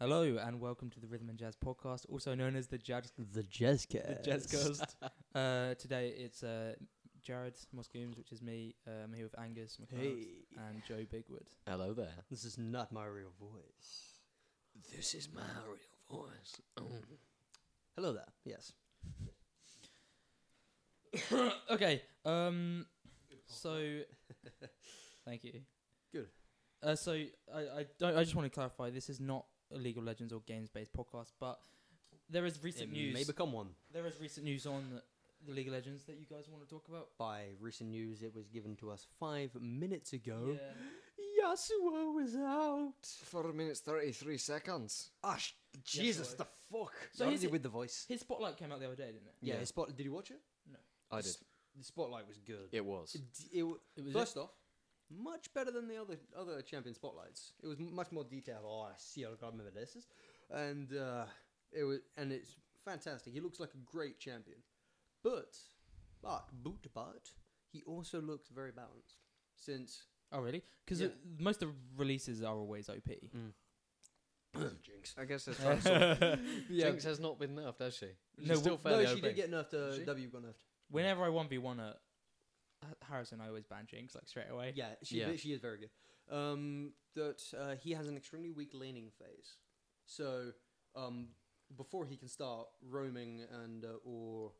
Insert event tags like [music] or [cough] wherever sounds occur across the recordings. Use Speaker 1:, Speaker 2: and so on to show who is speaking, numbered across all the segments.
Speaker 1: Hello and welcome to the Rhythm and Jazz podcast, also known as the Jazz
Speaker 2: The Jazzcast.
Speaker 1: the Jazz
Speaker 2: [laughs]
Speaker 1: Coast. uh, today it's uh, Jared Moscooms, which is me. Um, I'm here with Angus McLeod
Speaker 2: Hey,
Speaker 1: and Joe
Speaker 2: [coughs]
Speaker 1: Bigwood.
Speaker 3: Hello there.
Speaker 2: this is not my real voice.
Speaker 3: This is my real voice.
Speaker 2: Hello there. Yes.
Speaker 1: okay. Um.
Speaker 2: [laughs]
Speaker 1: So, thank you.
Speaker 2: Good.
Speaker 1: Uh, so I I, don't, I just want to clarify this is not a League of Legends or games based podcast, but there is recent
Speaker 2: It
Speaker 1: news.
Speaker 2: may become one.
Speaker 1: There is recent news on the League of Legends that you guys want to talk about.
Speaker 2: By recent news, it was given to us five minutes ago.
Speaker 1: Yeah.
Speaker 2: Yasuo is out.
Speaker 3: Four minutes thirty-three seconds.
Speaker 2: Ah, sh- Jesus,
Speaker 1: Yasuo.
Speaker 2: the fuck.
Speaker 1: So
Speaker 2: So
Speaker 1: here's
Speaker 2: he's
Speaker 1: it-
Speaker 2: with the voice.
Speaker 1: His spotlight came out the other day, didn't it?
Speaker 2: Yeah,
Speaker 3: Yeah.
Speaker 2: his spot. Did you watch it?
Speaker 3: I did.
Speaker 2: The spotlight was good.
Speaker 3: It was.
Speaker 2: It- it w-
Speaker 1: It was
Speaker 2: first off, much better than the other other champion spotlights. It was m- much more detailed. Oh, I see. I gotta remember this. is- And uh, it was, and it's fantastic. He looks like a great champion, but but boot but he also looks very balanced. Since [coughs]
Speaker 1: Oh really? Because
Speaker 2: Yeah.
Speaker 1: most of the releases are always OP. [laughs]
Speaker 2: Jinx,
Speaker 3: I guess that's right. [laughs] So
Speaker 2: yeah,
Speaker 3: Jinx has not been nerfed, has she? She's
Speaker 1: No,
Speaker 3: still
Speaker 1: w-
Speaker 2: no,
Speaker 3: fairly
Speaker 2: she
Speaker 3: open.
Speaker 2: did get nerfed.
Speaker 3: Did
Speaker 2: Uh,
Speaker 3: she?
Speaker 2: w got nerfed.
Speaker 1: Whenever I one v one at Ha- Harrison, I always ban Jinx like straight away.
Speaker 2: Yeah, she
Speaker 3: Yeah.
Speaker 2: she is very good. Um, that uh, he has an extremely weak laning phase, so um, before he can start roaming and uh, or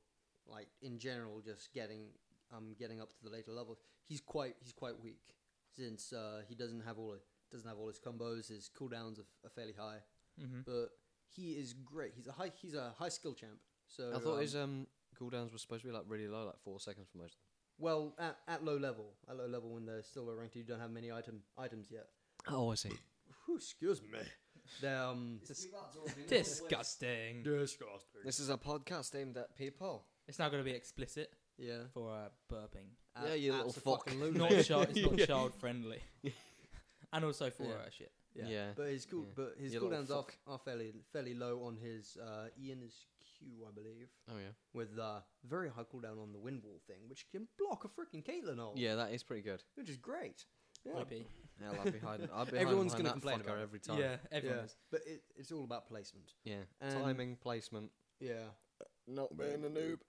Speaker 2: like in general just getting um getting up to the later levels, he's quite he's quite weak since uh, he doesn't have all doesn't have all his combos. His cooldowns are, are fairly high,
Speaker 1: Mm-hmm.
Speaker 2: but he is great. He's a high he's a high skill champ. So
Speaker 3: I thought
Speaker 2: um,
Speaker 3: his um cooldowns were supposed to be like really low, like four seconds for most.
Speaker 2: well at, at low level at low level when they're still low ranked, you don't have many item items yet.
Speaker 3: Oh, I see.
Speaker 2: Whew, excuse me. They're, um, dis-
Speaker 1: Disgusting.
Speaker 2: disgusting.
Speaker 3: This is a podcast aimed at people.
Speaker 1: It's now going to be explicit
Speaker 2: Yeah.
Speaker 1: for uh, burping.
Speaker 3: Yeah, you little fuck.
Speaker 2: absolutely.
Speaker 1: Not child. It's not child friendly. and also for
Speaker 2: Yeah.
Speaker 1: uh, shit.
Speaker 2: Yeah.
Speaker 3: Yeah.
Speaker 2: But his cool,
Speaker 3: Yeah.
Speaker 2: but his
Speaker 3: You little
Speaker 2: cooldowns are,
Speaker 3: fuck.
Speaker 2: are fairly fairly low on his uh, E and his Q, I believe,
Speaker 3: Oh yeah.
Speaker 2: with uh, very high cooldown on the wind wall thing, which can block a freaking Caitlyn ult,
Speaker 3: Yeah, that is pretty good.
Speaker 2: which is great. Yeah.
Speaker 1: OP.
Speaker 3: Hell, I'd be hiding. I'd be
Speaker 2: Everyone's
Speaker 3: hiding
Speaker 2: gonna complain
Speaker 3: behind that
Speaker 2: about
Speaker 3: fucker
Speaker 2: it.
Speaker 3: every time.
Speaker 1: Yeah, everyone [laughs]
Speaker 2: Yeah.
Speaker 1: is.
Speaker 2: But it, it's all about placement.
Speaker 3: Yeah.
Speaker 2: And-
Speaker 3: Timing, placement.
Speaker 2: Yeah,
Speaker 3: Not being a noob.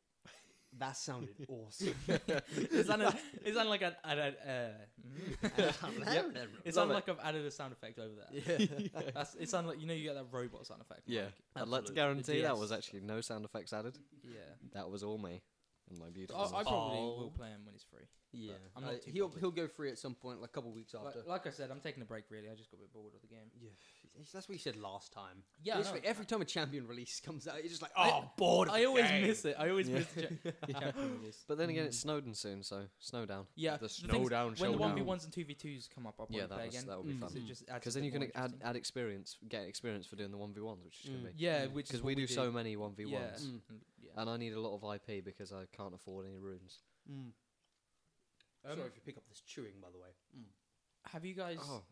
Speaker 2: that sounded awesome. [laughs]
Speaker 1: It sounded, it sounded like an, an, an uh, [laughs] it
Speaker 3: Love
Speaker 1: sounded
Speaker 3: it.
Speaker 1: like I've added a sound effect over there.
Speaker 2: [laughs] yeah.
Speaker 1: That's, it sounded like you know you get that robot sound effect.
Speaker 3: Yeah.
Speaker 1: Mike.
Speaker 3: I'd like to
Speaker 2: Absolute.
Speaker 3: Uh, guarantee that was
Speaker 2: DS.
Speaker 3: actually no sound effects added.
Speaker 1: yeah.
Speaker 3: That was all me and my
Speaker 1: I,
Speaker 3: beautiful.
Speaker 1: I
Speaker 3: voice.
Speaker 1: probably
Speaker 2: Oh.
Speaker 1: will play him when he's free.
Speaker 2: Yeah,
Speaker 1: I'm not
Speaker 2: Uh,
Speaker 1: too
Speaker 2: he'll
Speaker 1: bothered.
Speaker 2: he'll go free at some point, like a couple weeks after.
Speaker 1: Like, like I said, I'm taking a break. Really, I just got a bit bored of the game.
Speaker 2: Yeah, f- that's what you said last time.
Speaker 1: Yeah, I
Speaker 2: Literally,
Speaker 1: know.
Speaker 2: every time a champion release comes out, you're just like,
Speaker 1: I-
Speaker 2: oh, bored. Of
Speaker 1: I
Speaker 2: the
Speaker 1: always
Speaker 2: game."
Speaker 1: miss it. I always
Speaker 3: Yeah.
Speaker 1: miss the [laughs] cha- champion release.
Speaker 3: But then again, it's Snowden soon, so Snowdown.
Speaker 1: Yeah,
Speaker 3: the
Speaker 1: the thing is,
Speaker 3: Snowdown
Speaker 1: when the one v
Speaker 3: showdown.
Speaker 1: ones and two v twos come up, I'll probably
Speaker 3: Yeah,
Speaker 1: play
Speaker 3: that was,
Speaker 1: again.
Speaker 3: that would be
Speaker 2: Mm.
Speaker 3: fun.
Speaker 1: Because it just adds
Speaker 3: Because
Speaker 1: a
Speaker 3: then
Speaker 1: bit
Speaker 3: you can
Speaker 1: more
Speaker 3: add,
Speaker 1: interesting.
Speaker 3: add experience, get experience for doing the one v ones, which is gonna
Speaker 2: Mm.
Speaker 3: be
Speaker 1: yeah,
Speaker 2: Mm.
Speaker 1: which
Speaker 3: because
Speaker 1: is what
Speaker 3: we do
Speaker 1: we
Speaker 3: so many one v
Speaker 1: Yeah.
Speaker 3: ones,
Speaker 2: Mm.
Speaker 1: And- yeah.
Speaker 3: and I need a lot of IP because I can't afford any runes.
Speaker 2: Mm.
Speaker 1: Um,
Speaker 2: Sorry if you pick up this chewing, by the way.
Speaker 1: have you guys
Speaker 3: Oh.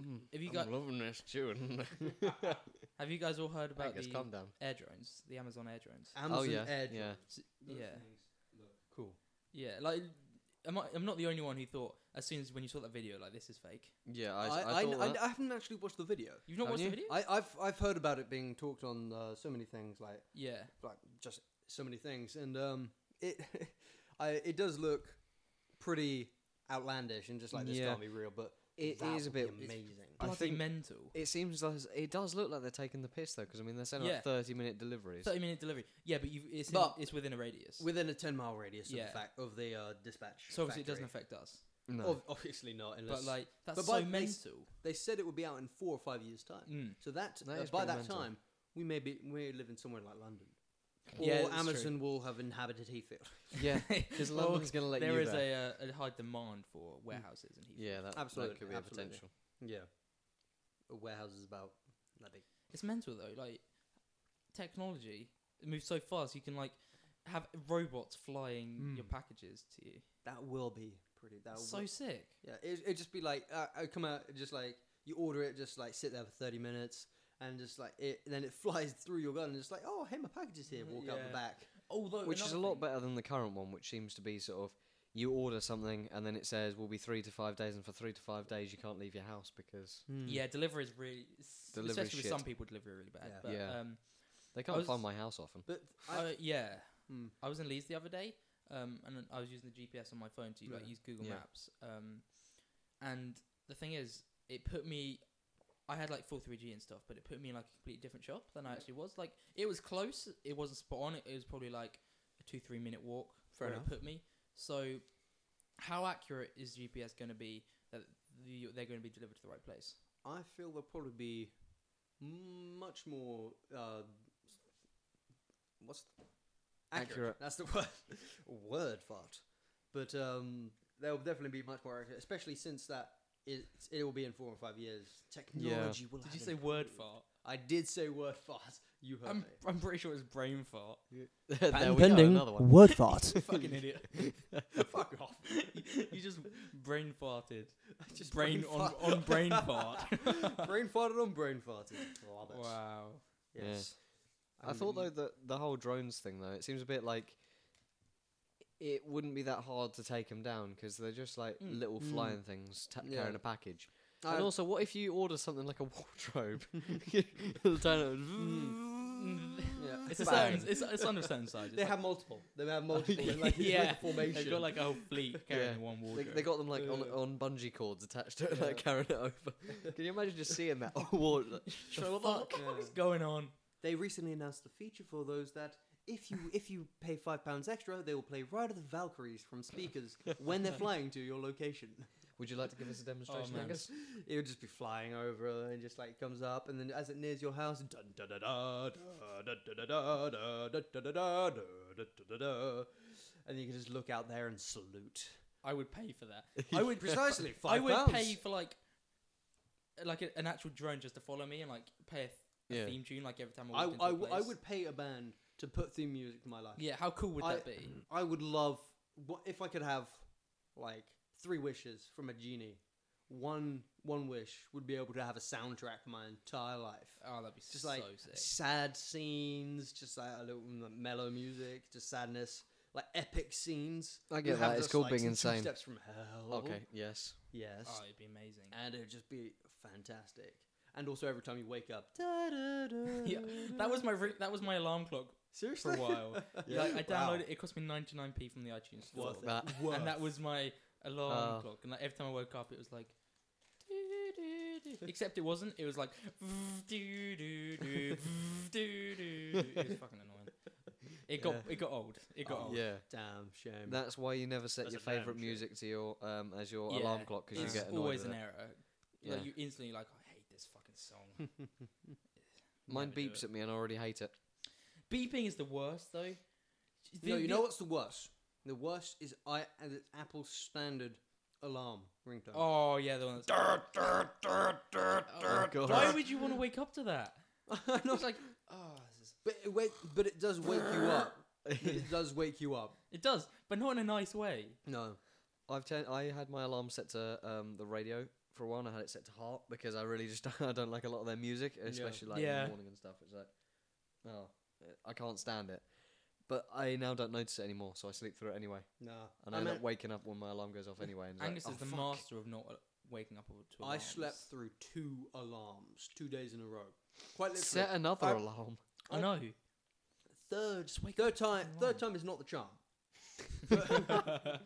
Speaker 3: mm.
Speaker 1: have you
Speaker 3: I'm
Speaker 1: got-
Speaker 3: loving this tune. [laughs]
Speaker 1: have you guys all heard about
Speaker 3: Angus,
Speaker 1: the
Speaker 3: calm down.
Speaker 1: air drones, the Amazon air drones?
Speaker 2: Amazon
Speaker 3: oh yeah,
Speaker 2: Air
Speaker 3: yeah.
Speaker 1: S- yeah,
Speaker 2: Cool.
Speaker 1: yeah. Like, am I, I'm not the only one who thought as soon as when you saw that video, like this is fake.
Speaker 3: Yeah,
Speaker 2: I,
Speaker 3: I, I,
Speaker 2: I, I,
Speaker 3: thought that-
Speaker 2: I haven't actually watched the video.
Speaker 1: You've not
Speaker 3: Haven't
Speaker 1: watched the
Speaker 3: you?
Speaker 1: video?
Speaker 2: I, I've I've heard about it being talked on uh, so many things, like
Speaker 1: yeah,
Speaker 2: like just so many things, and um, it [laughs] I it does look pretty outlandish and just like this
Speaker 3: Yeah.
Speaker 2: can't be real, but
Speaker 3: It
Speaker 2: it is
Speaker 3: is a bit- it's-
Speaker 2: amazing.
Speaker 3: I
Speaker 1: bloody
Speaker 3: think-
Speaker 1: mental.
Speaker 3: it seems like it does look like they're taking the piss though, because I mean they're saying
Speaker 1: Yeah.
Speaker 3: like thirty minute deliveries.
Speaker 1: Thirty minute delivery. Yeah, but you it's in-
Speaker 2: But-
Speaker 1: it's within a radius,
Speaker 2: Within a ten mile radius
Speaker 1: Yeah.
Speaker 2: of the fact of the uh, dispatch.
Speaker 1: so obviously it doesn't
Speaker 2: factory.
Speaker 1: affect us.
Speaker 3: no,
Speaker 2: Ob- obviously not,
Speaker 1: But
Speaker 2: unless
Speaker 1: like that's
Speaker 2: But
Speaker 1: so
Speaker 2: by- they s-
Speaker 1: mental.
Speaker 2: they said it would be out in four or five years' time.
Speaker 1: Mm.
Speaker 2: So that,
Speaker 3: That
Speaker 2: uh,
Speaker 3: is
Speaker 2: by
Speaker 3: pretty
Speaker 2: that
Speaker 3: mental.
Speaker 2: time, we may be we're living somewhere like London, or
Speaker 1: Yeah, that's true.
Speaker 2: Amazon will have inhabited Heathfield.
Speaker 3: [laughs] yeah, because
Speaker 1: Well,
Speaker 3: London's gonna let
Speaker 1: There
Speaker 3: you
Speaker 1: is
Speaker 3: there.
Speaker 1: a, uh, a high demand for warehouses and heat.
Speaker 3: yeah, that,
Speaker 2: Absolutely,
Speaker 3: that could be
Speaker 2: absolutely.
Speaker 3: a potential.
Speaker 2: Yeah, a warehouse is about that big.
Speaker 1: It's mental though. Like technology it moves so fast. You can like have robots flying your
Speaker 2: Mm. Uh,
Speaker 1: packages to you.
Speaker 2: That will be pretty. That
Speaker 1: so
Speaker 2: will,
Speaker 1: sick.
Speaker 2: yeah, it would just be like uh, I come out just like you order it, just like sit there for thirty minutes. And just like it, and then it [laughs] flies through your gun, and it's like, oh, hey, my package is here. Walk out
Speaker 1: Mm-hmm, Yeah.
Speaker 2: the back.
Speaker 1: Although
Speaker 3: Which is
Speaker 1: another
Speaker 3: a lot
Speaker 1: thing-
Speaker 3: better than the current one, which seems to be sort of you order something and then it says we'll be three to five days, and for three to five days you can't leave your house because
Speaker 1: Yeah, delivery is really, s-
Speaker 3: Delivery is
Speaker 1: especially with some
Speaker 3: shit.
Speaker 1: people, delivery really bad.
Speaker 2: Yeah.
Speaker 1: But,
Speaker 3: Yeah.
Speaker 1: Um,
Speaker 3: they
Speaker 1: I
Speaker 3: can't
Speaker 1: was-
Speaker 3: find my house often.
Speaker 2: But I,
Speaker 1: uh, yeah,
Speaker 2: Hmm.
Speaker 1: I was in Leeds the other day, um, and I was using the GPS on my phone to like
Speaker 2: Yeah.
Speaker 1: use Google
Speaker 3: Yeah.
Speaker 1: Maps. Um, and the thing is, it put me. I had like full 3G and stuff, but it put me in like a completely different shop than I actually was. Like it was close, it wasn't spot on. It, it was probably like a two three minute walk
Speaker 2: Fair
Speaker 1: where
Speaker 2: enough.
Speaker 1: it put me. So, how accurate is GPS going to be that the, they're going to be delivered to the right place?
Speaker 2: I feel there'll probably be much more. Uh, what's
Speaker 3: Accurate.
Speaker 2: That's the [laughs] word. word fart. But um, there will definitely be much more accurate, especially since that it it will be in four or five years. Technology will.
Speaker 1: Did
Speaker 2: have
Speaker 1: you say word
Speaker 2: improved.
Speaker 1: fart?
Speaker 2: I did say word fart. You heard
Speaker 1: I'm
Speaker 2: me. [laughs]
Speaker 1: I'm pretty sure it's brain fart.
Speaker 3: [laughs] there we go, another one.
Speaker 2: word fart.
Speaker 1: [laughs] Fucking idiot.
Speaker 2: Fuck off.
Speaker 1: [laughs] you just [laughs] brain farted.
Speaker 2: I just
Speaker 1: brain, on,
Speaker 2: fart.
Speaker 1: on
Speaker 2: [laughs]
Speaker 1: brain fart.
Speaker 2: brain farted on brain farted. Love it.
Speaker 1: wow.
Speaker 3: Yeah.
Speaker 2: Yes.
Speaker 3: I thought
Speaker 2: mean,
Speaker 3: though that the whole drones thing though, it seems a bit like it wouldn't be that hard to take them down because they're just like
Speaker 1: Mm.
Speaker 3: little
Speaker 2: Mm.
Speaker 3: flying things ta-
Speaker 2: Yeah.
Speaker 3: carrying a package.
Speaker 2: I-
Speaker 3: and also, what if you order something like a [laughs] wardrobe? It'll turn out-
Speaker 2: Yeah.
Speaker 1: It's a
Speaker 3: Bang.
Speaker 1: certain, it's, it's under a certain size.
Speaker 2: Mm. They have multiple.
Speaker 1: [laughs]
Speaker 2: They have multiple. in, like,
Speaker 1: Yeah.
Speaker 2: yeah. Formation.
Speaker 1: They've got like a whole fleet carrying
Speaker 3: Yeah.
Speaker 1: the one
Speaker 3: They,
Speaker 1: wardrobe.
Speaker 3: they got them like on,
Speaker 2: Yeah.
Speaker 3: on bungee cords attached to it, like
Speaker 2: Yeah.
Speaker 3: carrying it over. Can you imagine just seeing [laughs] that Oh, award? Like,
Speaker 1: So [laughs] what the what the
Speaker 2: fuck?
Speaker 1: fuck
Speaker 2: Yeah.
Speaker 1: is going on?
Speaker 2: They recently announced a feature for those that if you if you pay five pounds extra, they will play Ride of the Valkyries from speakers
Speaker 1: [laughs]
Speaker 2: when they're flying to your location.
Speaker 3: would you like to give us a demonstration?
Speaker 1: Oh, man.
Speaker 3: Angus?
Speaker 2: It would just be flying over and just like comes up, and then as it nears your house, dun da da da da da da da da da da da da da da da da, and you can just look out there and salute.
Speaker 1: I would pay for that. I [laughs] would
Speaker 2: precisely five
Speaker 1: I would
Speaker 2: pounds.
Speaker 1: pay for like like a, an actual drone just to follow me and like pay a, th- a
Speaker 3: Yeah.
Speaker 1: theme tune like every time I
Speaker 2: I,
Speaker 1: walked into
Speaker 2: I,
Speaker 1: a
Speaker 2: w- I
Speaker 1: place.
Speaker 2: would pay a band to put theme music to my life.
Speaker 1: Yeah, how cool would
Speaker 2: I-
Speaker 1: that be?
Speaker 2: I would love what if I could have like three wishes from a genie. One one wish would be able to have a soundtrack for my entire life.
Speaker 1: Oh, that'd be
Speaker 2: Just
Speaker 1: so
Speaker 2: like
Speaker 1: sick.
Speaker 2: sad scenes, just like a little m- mellow music, just sadness, like epic scenes.
Speaker 3: I
Speaker 2: You'd
Speaker 3: get
Speaker 2: have
Speaker 3: that. It's
Speaker 2: this,
Speaker 3: called
Speaker 2: like,
Speaker 3: being
Speaker 2: two [laughs]
Speaker 3: insane.
Speaker 2: Steps from hell.
Speaker 3: Okay. Yes.
Speaker 2: Yes.
Speaker 1: Oh, it'd be amazing.
Speaker 2: And it would just be fantastic. And also, every time you wake up, da-da-da,
Speaker 1: [laughs] Yeah, That was my re- that was my alarm clock
Speaker 2: seriously
Speaker 1: for a
Speaker 2: [laughs]
Speaker 1: while.
Speaker 2: Yeah.
Speaker 1: Like, I
Speaker 2: Wow.
Speaker 1: downloaded it. It cost me 99p from the iTunes store.
Speaker 2: Worth
Speaker 3: That-
Speaker 2: it. Worth.
Speaker 1: And that was my alarm
Speaker 3: Oh.
Speaker 1: clock. And like, every time I woke up, it was like. doo-doo-doo. Except it wasn't. It was like. [laughs] doo-doo-doo, doo-doo-doo. It was fucking annoying. It got it got old. It got
Speaker 2: Oh,
Speaker 1: old.
Speaker 3: Yeah.
Speaker 2: damn shame.
Speaker 3: That's why you never set
Speaker 2: That's
Speaker 3: your
Speaker 2: a damn
Speaker 3: favorite
Speaker 2: shame.
Speaker 3: music to your um as your
Speaker 1: Yeah,
Speaker 3: alarm clock because you
Speaker 1: it's
Speaker 3: get annoyed
Speaker 1: always
Speaker 3: with
Speaker 1: an
Speaker 3: it.
Speaker 1: error.
Speaker 3: Yeah.
Speaker 1: Like you instantly like I hate this fucking
Speaker 3: [laughs]
Speaker 1: song.
Speaker 3: Mine
Speaker 1: Never do
Speaker 3: beeps
Speaker 1: it.
Speaker 3: at me and I already hate it.
Speaker 1: Beeping is the worst though.
Speaker 2: No,
Speaker 1: The-
Speaker 2: you
Speaker 1: the-
Speaker 2: know what's the worst? The worst is I and it's Apple's standard alarm ringtone. [laughs]
Speaker 1: Oh yeah, the one.
Speaker 3: [laughs]
Speaker 1: That's... Oh,
Speaker 3: God.
Speaker 1: Why would you want to wake up to that?
Speaker 3: [laughs]
Speaker 2: I know,
Speaker 1: It's like, oh, this is...
Speaker 2: but it wake, but it does wake you up. But [laughs] it does wake you up.
Speaker 1: it does, but not in a nice way.
Speaker 2: No,
Speaker 3: I've ten- I had my alarm set to um the radio for a while. and I had it set to heart because I really just [laughs] I don't like a lot of their music, especially like in
Speaker 1: Yeah.
Speaker 3: the morning and stuff. It's like, oh, I can't stand it. But I now don't notice it anymore, so I sleep through it anyway,
Speaker 2: no.
Speaker 3: and I,
Speaker 2: I,
Speaker 3: end
Speaker 2: mean,
Speaker 3: up waking up when my alarm
Speaker 1: [laughs]
Speaker 3: goes off anyway. And it's like,
Speaker 1: Angus
Speaker 3: "Oh,
Speaker 1: is the
Speaker 3: fuck."
Speaker 1: master of not uh, waking up to
Speaker 2: I
Speaker 1: alarms.
Speaker 2: slept through two alarms, two days in a row. Quite literally.
Speaker 3: Set another
Speaker 2: I-
Speaker 3: alarm.
Speaker 1: [laughs] I know.
Speaker 2: third,
Speaker 1: Just wake
Speaker 2: third time.
Speaker 1: fucking
Speaker 2: Third
Speaker 1: alarm.
Speaker 2: time is not the charm. But-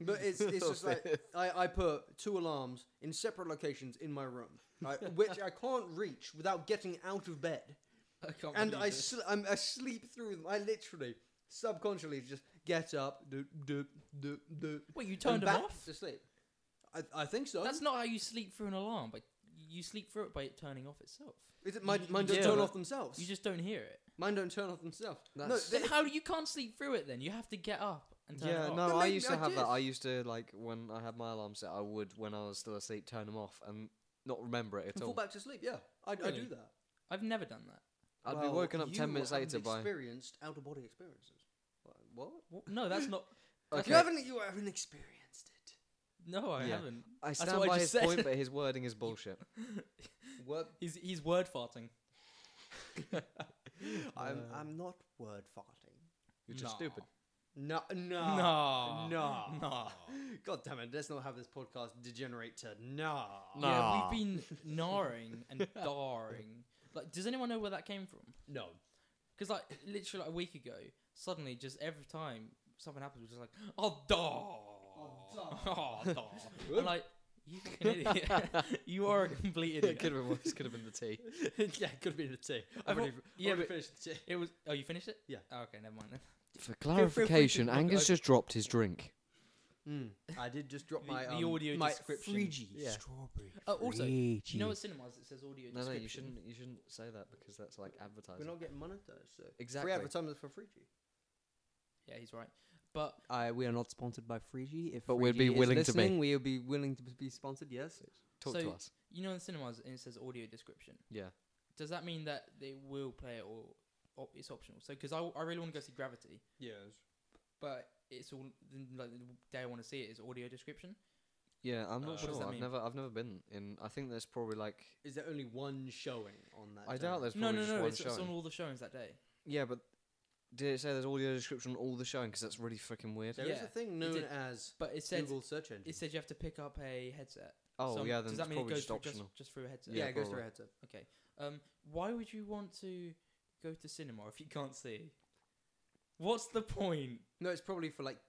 Speaker 2: But it's it's just like I, I put two alarms in separate locations in my room, right, which I can't reach without getting out of bed.
Speaker 1: I can't
Speaker 2: and
Speaker 1: believe
Speaker 2: I,
Speaker 1: it.
Speaker 2: sl- I'm, I sleep through them. I literally subconsciously just get up, do do do do.
Speaker 1: Wait, you turned them
Speaker 2: back
Speaker 1: off?
Speaker 2: to sleep. I, I think so.
Speaker 1: That's not how you sleep through an alarm. But you sleep through it by it turning off itself.
Speaker 2: Is it mine? Mine don't
Speaker 3: Yeah,
Speaker 2: turn
Speaker 3: but-
Speaker 2: off themselves.
Speaker 1: You just don't hear it.
Speaker 2: mine don't turn off themselves. No,
Speaker 3: That's-
Speaker 2: they,
Speaker 1: Then how you can't sleep through it? Then you have to get up and turn
Speaker 3: Yeah,
Speaker 1: it off.
Speaker 3: no,
Speaker 2: But
Speaker 3: I
Speaker 2: maybe
Speaker 3: used
Speaker 2: I
Speaker 3: to have
Speaker 2: did.
Speaker 3: that. I used to like when I had my alarm set, I would when I was still asleep turn them off and not remember it
Speaker 2: can
Speaker 3: at
Speaker 2: fall
Speaker 3: all.
Speaker 2: back to sleep. Yeah, I, I
Speaker 1: Really?
Speaker 2: do that.
Speaker 1: I've never done that.
Speaker 3: I'd be
Speaker 2: Well,
Speaker 3: woken up ten
Speaker 2: you
Speaker 3: minutes
Speaker 2: haven't
Speaker 3: later by.
Speaker 2: experienced out of body experiences. What?
Speaker 1: Wha- No, that's not.
Speaker 2: You haven't. You haven't experienced it.
Speaker 1: No, I
Speaker 3: Yeah.
Speaker 1: haven't.
Speaker 3: I
Speaker 1: That's
Speaker 3: stand
Speaker 1: what I
Speaker 3: by his
Speaker 1: just said.
Speaker 3: point, but his
Speaker 1: [laughs]
Speaker 3: wording is bullshit.
Speaker 2: What?
Speaker 1: He's he's word farting.
Speaker 2: I'm.
Speaker 3: Uh,
Speaker 2: I'm not word farting.
Speaker 3: You're just
Speaker 1: Nah.
Speaker 3: stupid.
Speaker 2: No, no,
Speaker 1: Nah.
Speaker 2: no,
Speaker 1: Nah.
Speaker 2: God damn it! Let's not have this podcast degenerate to nah.
Speaker 3: Nah.
Speaker 1: Yeah, we've been gnawing and darring. Like, does anyone know where that came from?
Speaker 2: No.
Speaker 1: Because like literally like, a week ago, suddenly just every time something happens, we're just like, oh daw, [laughs] oh daw. I'm like, you fucking idiot. [laughs] you are a
Speaker 3: [laughs]
Speaker 1: complete
Speaker 3: it
Speaker 1: idiot.
Speaker 3: could have been worse. Could have been the tea.
Speaker 2: [laughs] yeah, could have been the tea. I've
Speaker 1: thought-
Speaker 2: already,
Speaker 1: yeah,
Speaker 2: already
Speaker 1: but-
Speaker 2: finished the tea.
Speaker 1: It was. Oh, you finished it?
Speaker 2: Yeah.
Speaker 1: Oh, okay, never mind. Then.
Speaker 3: For
Speaker 1: free to
Speaker 3: clarification,
Speaker 1: look
Speaker 3: Angus
Speaker 1: over-
Speaker 3: just dropped his drink.
Speaker 2: I did just drop
Speaker 1: Hmm. The-
Speaker 2: my
Speaker 1: the
Speaker 2: um,
Speaker 1: audio
Speaker 2: my
Speaker 1: description.
Speaker 2: Frigi
Speaker 3: Yeah.
Speaker 2: strawberry.
Speaker 1: Oh, also, do
Speaker 3: you
Speaker 1: you know at cinemas it says audio.
Speaker 3: No, no, you
Speaker 1: description?
Speaker 3: shouldn't. You shouldn't say that because that's like
Speaker 2: We're
Speaker 3: advertising.
Speaker 2: not getting monetized, so
Speaker 3: Exactly.
Speaker 2: free advertisement for Frigi.
Speaker 1: Yeah, he's right. But
Speaker 2: Uh, we are not sponsored by Frigi. If
Speaker 3: But we'd be
Speaker 2: Frigi is
Speaker 3: willing to be.
Speaker 2: listening, We would be willing to be sponsored. Yes.
Speaker 3: Talk
Speaker 1: So-
Speaker 3: to us.
Speaker 1: you know in cinemas it says audio description.
Speaker 3: Yeah.
Speaker 1: Does that mean that they will play it or op- it's optional? So because I, I really want to go see Gravity,
Speaker 2: Yes.
Speaker 1: but it's all the- like the day I want to see it is audio description.
Speaker 3: Yeah, I'm
Speaker 2: Uh,
Speaker 3: not
Speaker 2: What
Speaker 3: sure.
Speaker 2: does
Speaker 1: that
Speaker 3: I've
Speaker 1: mean?
Speaker 3: never, I've never been in. I think there's probably like.
Speaker 2: Is there only one showing on that?
Speaker 3: I doubt there's
Speaker 1: No,
Speaker 3: probably
Speaker 1: no,
Speaker 3: just
Speaker 1: no.
Speaker 3: one
Speaker 1: It's, it's on
Speaker 3: showing.
Speaker 1: all the showings that day.
Speaker 3: Yeah, but did it say there's audio description on all the showing? Because that's really freaking weird.
Speaker 2: There is
Speaker 1: Yeah,
Speaker 2: a thing
Speaker 1: it
Speaker 2: known
Speaker 1: did.
Speaker 2: as
Speaker 1: But it said
Speaker 2: Google search engine.
Speaker 1: it said you have to pick up a headset.
Speaker 3: Oh
Speaker 1: So,
Speaker 3: yeah,
Speaker 1: does
Speaker 3: then
Speaker 1: that
Speaker 3: it's
Speaker 1: mean it
Speaker 3: probably
Speaker 1: goes
Speaker 3: just
Speaker 1: through just,
Speaker 3: optional.
Speaker 1: just through a headset?
Speaker 2: yeah,
Speaker 3: yeah,
Speaker 2: it goes through
Speaker 3: probably.
Speaker 2: a headset.
Speaker 1: Okay. Um, why would you want to go to cinema if you can't see? What's the point?
Speaker 2: No, it's probably for like.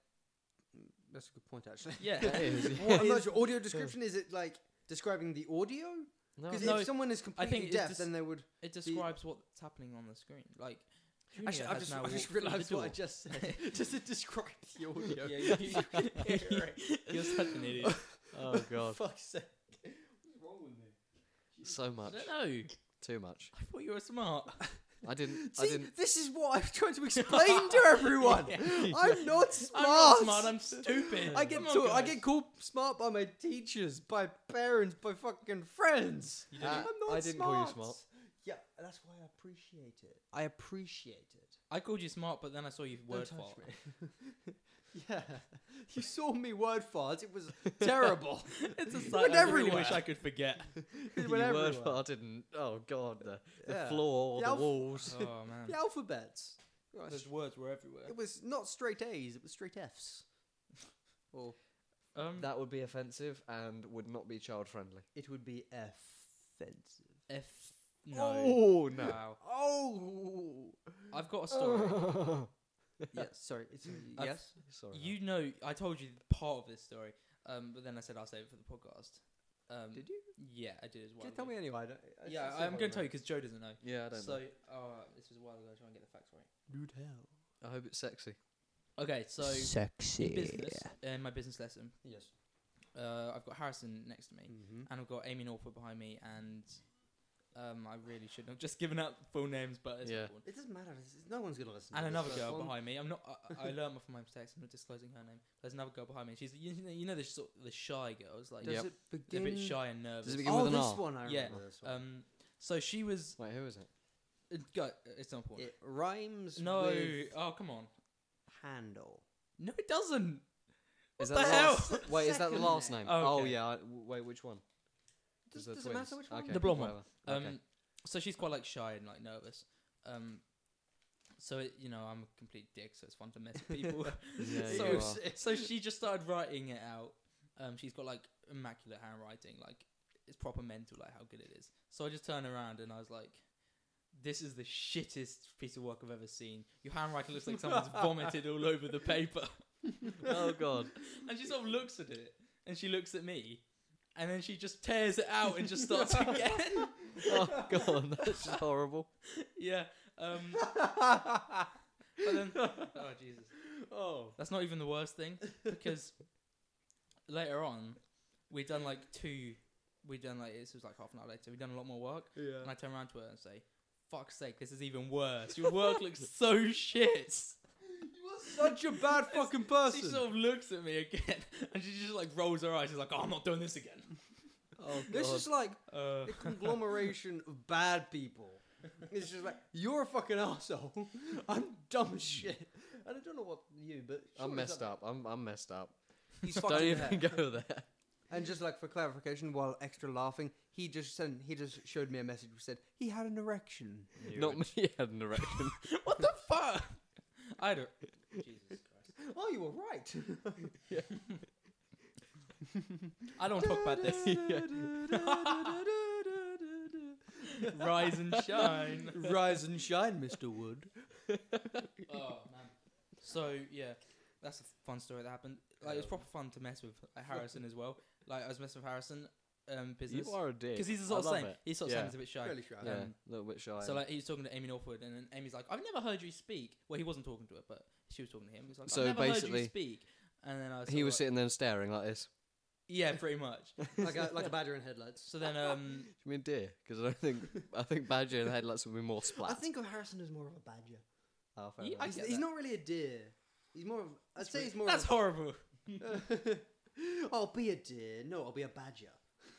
Speaker 2: Mm, That's a good point, actually. [laughs]
Speaker 1: Yeah.
Speaker 3: That is,
Speaker 1: What
Speaker 2: I'm not
Speaker 1: is-
Speaker 2: sure. Audio description is it like describing the audio?
Speaker 3: [laughs] No,
Speaker 2: Because
Speaker 1: no,
Speaker 2: if someone is completely
Speaker 1: it's
Speaker 2: deaf,
Speaker 1: just-
Speaker 2: then they would.
Speaker 1: It describes what's happening on the screen. Like, Junior
Speaker 2: Actually, I
Speaker 1: has
Speaker 2: just,
Speaker 1: now
Speaker 2: I just
Speaker 1: walked through the
Speaker 2: realised what I
Speaker 1: door.
Speaker 2: just said.
Speaker 1: [laughs]
Speaker 2: Does it describe the audio?
Speaker 1: Yeah,
Speaker 2: [laughs]
Speaker 1: you- you- You're such an idiot.
Speaker 3: [laughs] oh god,
Speaker 2: Fuck's sake. What's wrong with me?
Speaker 3: so much,
Speaker 1: I don't know.
Speaker 3: too [laughs] much.
Speaker 1: I thought you were
Speaker 2: [laughs]
Speaker 1: smart.
Speaker 3: I didn't. I
Speaker 2: See,
Speaker 3: [laughs] didn't.
Speaker 2: this is what I'm
Speaker 1: [laughs]
Speaker 2: trying to explain to everyone.
Speaker 1: Yeah.
Speaker 2: I'm
Speaker 1: [laughs]
Speaker 2: not
Speaker 1: I'm
Speaker 2: smart.
Speaker 1: not smart. I'm stupid.
Speaker 2: I get
Speaker 1: Come on,
Speaker 2: to, I
Speaker 1: guys.
Speaker 2: get called smart by my teachers, by parents, by fucking friends.
Speaker 1: You
Speaker 3: Uh,
Speaker 1: didn't-
Speaker 2: I'm not
Speaker 3: I didn't call you smart.
Speaker 2: Yeah, that's why I appreciate it. I appreciate it.
Speaker 1: I called you smart, but then I saw you
Speaker 2: Don't
Speaker 1: word
Speaker 2: touch
Speaker 1: fart. [laughs]
Speaker 2: me. [laughs] yeah, you saw me word fart. It was
Speaker 1: [laughs]
Speaker 2: terrible. [laughs]
Speaker 1: It's a
Speaker 2: It
Speaker 1: sight
Speaker 2: went
Speaker 1: I really
Speaker 2: everywhere.
Speaker 1: wish I could forget.
Speaker 2: It
Speaker 3: You
Speaker 2: went
Speaker 3: word
Speaker 2: everywhere.
Speaker 3: farted and oh god, the, the
Speaker 2: Yeah.
Speaker 3: floor,
Speaker 2: The
Speaker 3: the
Speaker 2: alph-
Speaker 3: walls.
Speaker 1: [laughs] Oh man,
Speaker 2: [laughs] The alphabets. Gosh,
Speaker 1: those words were everywhere.
Speaker 2: It was not straight A's. It was straight F's. Or
Speaker 1: Um,
Speaker 3: That would be offensive and would not be child [laughs] friendly.
Speaker 2: it would be offensive.
Speaker 1: F. No.
Speaker 3: Oh
Speaker 1: Wow.
Speaker 2: Oh.
Speaker 1: I've got a story.
Speaker 3: [laughs]
Speaker 2: yes. Sorry. It's,
Speaker 1: [laughs] I've-
Speaker 2: yes.
Speaker 3: Sorry.
Speaker 1: You know, I told you part of this story, um, but then I said I'll save it for the podcast. Um,
Speaker 2: Did you?
Speaker 1: Yeah, I did as well.
Speaker 2: Can you tell me anyway? I don't, I
Speaker 1: Yeah,
Speaker 2: still
Speaker 1: I'm
Speaker 2: don't
Speaker 1: going to tell
Speaker 2: know.
Speaker 1: you because Joe doesn't know.
Speaker 3: yeah, I don't
Speaker 1: so,
Speaker 3: know.
Speaker 1: uh, this was a while ago. I try and get the facts right.
Speaker 2: Dude, hell.
Speaker 3: I hope it's sexy.
Speaker 1: Okay, so
Speaker 2: sexy.
Speaker 1: in business in my business lesson,
Speaker 2: Yes.
Speaker 1: uh, I've got Harrison next to me,
Speaker 2: Mm-hmm.
Speaker 1: and I've got Amy Norfolk behind me, and um, I really shouldn't have just given out full names, but it's
Speaker 3: Yeah.
Speaker 1: not important.
Speaker 2: It doesn't matter. It's, it's- no one's gonna listen.
Speaker 1: And
Speaker 2: to
Speaker 1: another
Speaker 2: this
Speaker 1: girl
Speaker 2: one.
Speaker 1: behind me. I'm not. I,
Speaker 2: [laughs]
Speaker 1: I learned from my mistakes. I'm not disclosing her name. There's another girl behind me. She's you know, you know the sort the shy girls like
Speaker 3: Does
Speaker 1: they're
Speaker 3: Yep.
Speaker 2: it
Speaker 1: a bit shy and nervous.
Speaker 3: Does it begin
Speaker 2: Oh,
Speaker 3: with an
Speaker 2: this
Speaker 3: R?
Speaker 2: one. I
Speaker 1: Yeah,
Speaker 2: remember this one.
Speaker 1: Um, so she was.
Speaker 3: Wait, who is it?
Speaker 1: Uh, go, it's not important.
Speaker 2: it uh, rhymes
Speaker 1: no.
Speaker 2: with
Speaker 1: Oh come on.
Speaker 2: handle.
Speaker 1: No, it doesn't.
Speaker 3: Is
Speaker 1: What the
Speaker 3: the
Speaker 1: hell?
Speaker 3: last- [laughs] Wait, is that the
Speaker 2: Second
Speaker 3: last
Speaker 2: name.
Speaker 3: name?
Speaker 1: Oh,
Speaker 3: Oh,
Speaker 1: okay.
Speaker 3: yeah. I- w- Wait, which one?
Speaker 2: Does,
Speaker 3: They're
Speaker 2: does it matter
Speaker 3: twins.
Speaker 2: which one?
Speaker 3: Okay,
Speaker 1: The blonde one.
Speaker 3: whatever.
Speaker 1: Um,
Speaker 3: Okay.
Speaker 1: so she's quite like shy and like nervous. Um, so it, you know, I'm a complete dick, so it's fun to mess with
Speaker 3: [laughs]
Speaker 1: people.
Speaker 3: Yeah,
Speaker 1: so,
Speaker 3: you are.
Speaker 1: so she just started writing it out. Um, she's got like immaculate handwriting, like it's proper mental, like how good it is. So I just turned around and I was like, "This is the shittest piece of work I've ever seen. Your handwriting looks like someone's vomited all over the paper."
Speaker 3: [laughs] oh god.
Speaker 1: And she sort of looks at it, and she looks at me, and then she just tears it out and just starts again. [laughs]
Speaker 3: Oh god, [laughs] that's just horrible.
Speaker 1: yeah. Um, but then, oh Jesus,
Speaker 2: [laughs] oh.
Speaker 1: that's not even the worst thing [laughs] because later on, we done like two, we done like this was like half an hour later. We done a lot more work,
Speaker 2: Yeah.
Speaker 1: and I turn around to her and say, "Fuck's sake, this is even worse. Your work [laughs] looks so shit."
Speaker 2: Such a [laughs] bad fucking person.
Speaker 1: She sort of looks at me again, [laughs] and she just like rolls her eyes. She's like, "Oh, I'm not doing this again."
Speaker 3: Oh
Speaker 2: This is like
Speaker 1: Uh,
Speaker 2: a
Speaker 1: [laughs]
Speaker 2: conglomeration of bad people. It's just like you're a fucking asshole. [laughs] I'm dumb as shit. And I don't know what you, but
Speaker 3: I'm
Speaker 2: surely
Speaker 3: messed
Speaker 2: some-
Speaker 3: up. I'm I'm messed up.
Speaker 2: [laughs] He's
Speaker 3: Don't
Speaker 2: fucking
Speaker 3: even
Speaker 2: there.
Speaker 3: [laughs] go there.
Speaker 2: And just like for clarification, while extra laughing, he just sent he just showed me a message which said he had an erection.
Speaker 3: [laughs] Not me. I had an erection.
Speaker 1: what the fuck? I don't. Jesus Christ.
Speaker 2: oh, you were right. [laughs]
Speaker 1: I don't want to talk about [laughs] this. [laughs]
Speaker 3: [laughs]
Speaker 1: Rise and shine.
Speaker 2: [laughs] Rise and shine, Mr. Wood.
Speaker 1: oh
Speaker 2: [laughs]
Speaker 1: man. So yeah, that's a fun story that happened. Like it was
Speaker 2: Um,
Speaker 1: proper fun to mess with uh, Harrison as well. Like I was messing with Harrison, um, business
Speaker 3: You are a dick.
Speaker 1: because he's the
Speaker 3: I
Speaker 1: sort of
Speaker 3: love
Speaker 1: same.
Speaker 3: it.
Speaker 1: He's sort of
Speaker 3: Yeah.
Speaker 1: same. He's a bit shy.
Speaker 2: Really shy.
Speaker 3: Yeah,
Speaker 1: Um,
Speaker 3: a little bit shy.
Speaker 1: So like he was talking to Amy Northwood, and then Amy's like, "I've never heard you speak." Well, he wasn't talking to her, but she was talking to him. He's like,
Speaker 3: So
Speaker 1: "I've never heard
Speaker 3: basically,
Speaker 1: you speak." And then I was
Speaker 3: he
Speaker 1: sort of
Speaker 3: was
Speaker 1: like,
Speaker 3: sitting there staring like this.
Speaker 1: yeah, pretty
Speaker 3: [laughs]
Speaker 1: much. [laughs]
Speaker 2: like a like a badger in headlights.
Speaker 1: So then, um,
Speaker 3: You mean deer? Because I don't think I think badger and headlights would be more splat.
Speaker 2: I think of Harrison as more of a badger.
Speaker 3: Oh, fair
Speaker 1: He-
Speaker 3: enough.
Speaker 1: I
Speaker 2: he's
Speaker 1: get
Speaker 2: he's
Speaker 1: that.
Speaker 2: not really a deer. He's more of. [laughs] I'd say he's more.
Speaker 1: that's
Speaker 2: of [laughs]
Speaker 1: horrible.
Speaker 2: a, [laughs] I'll be a deer. No, I'll be a
Speaker 1: [laughs]
Speaker 2: badger.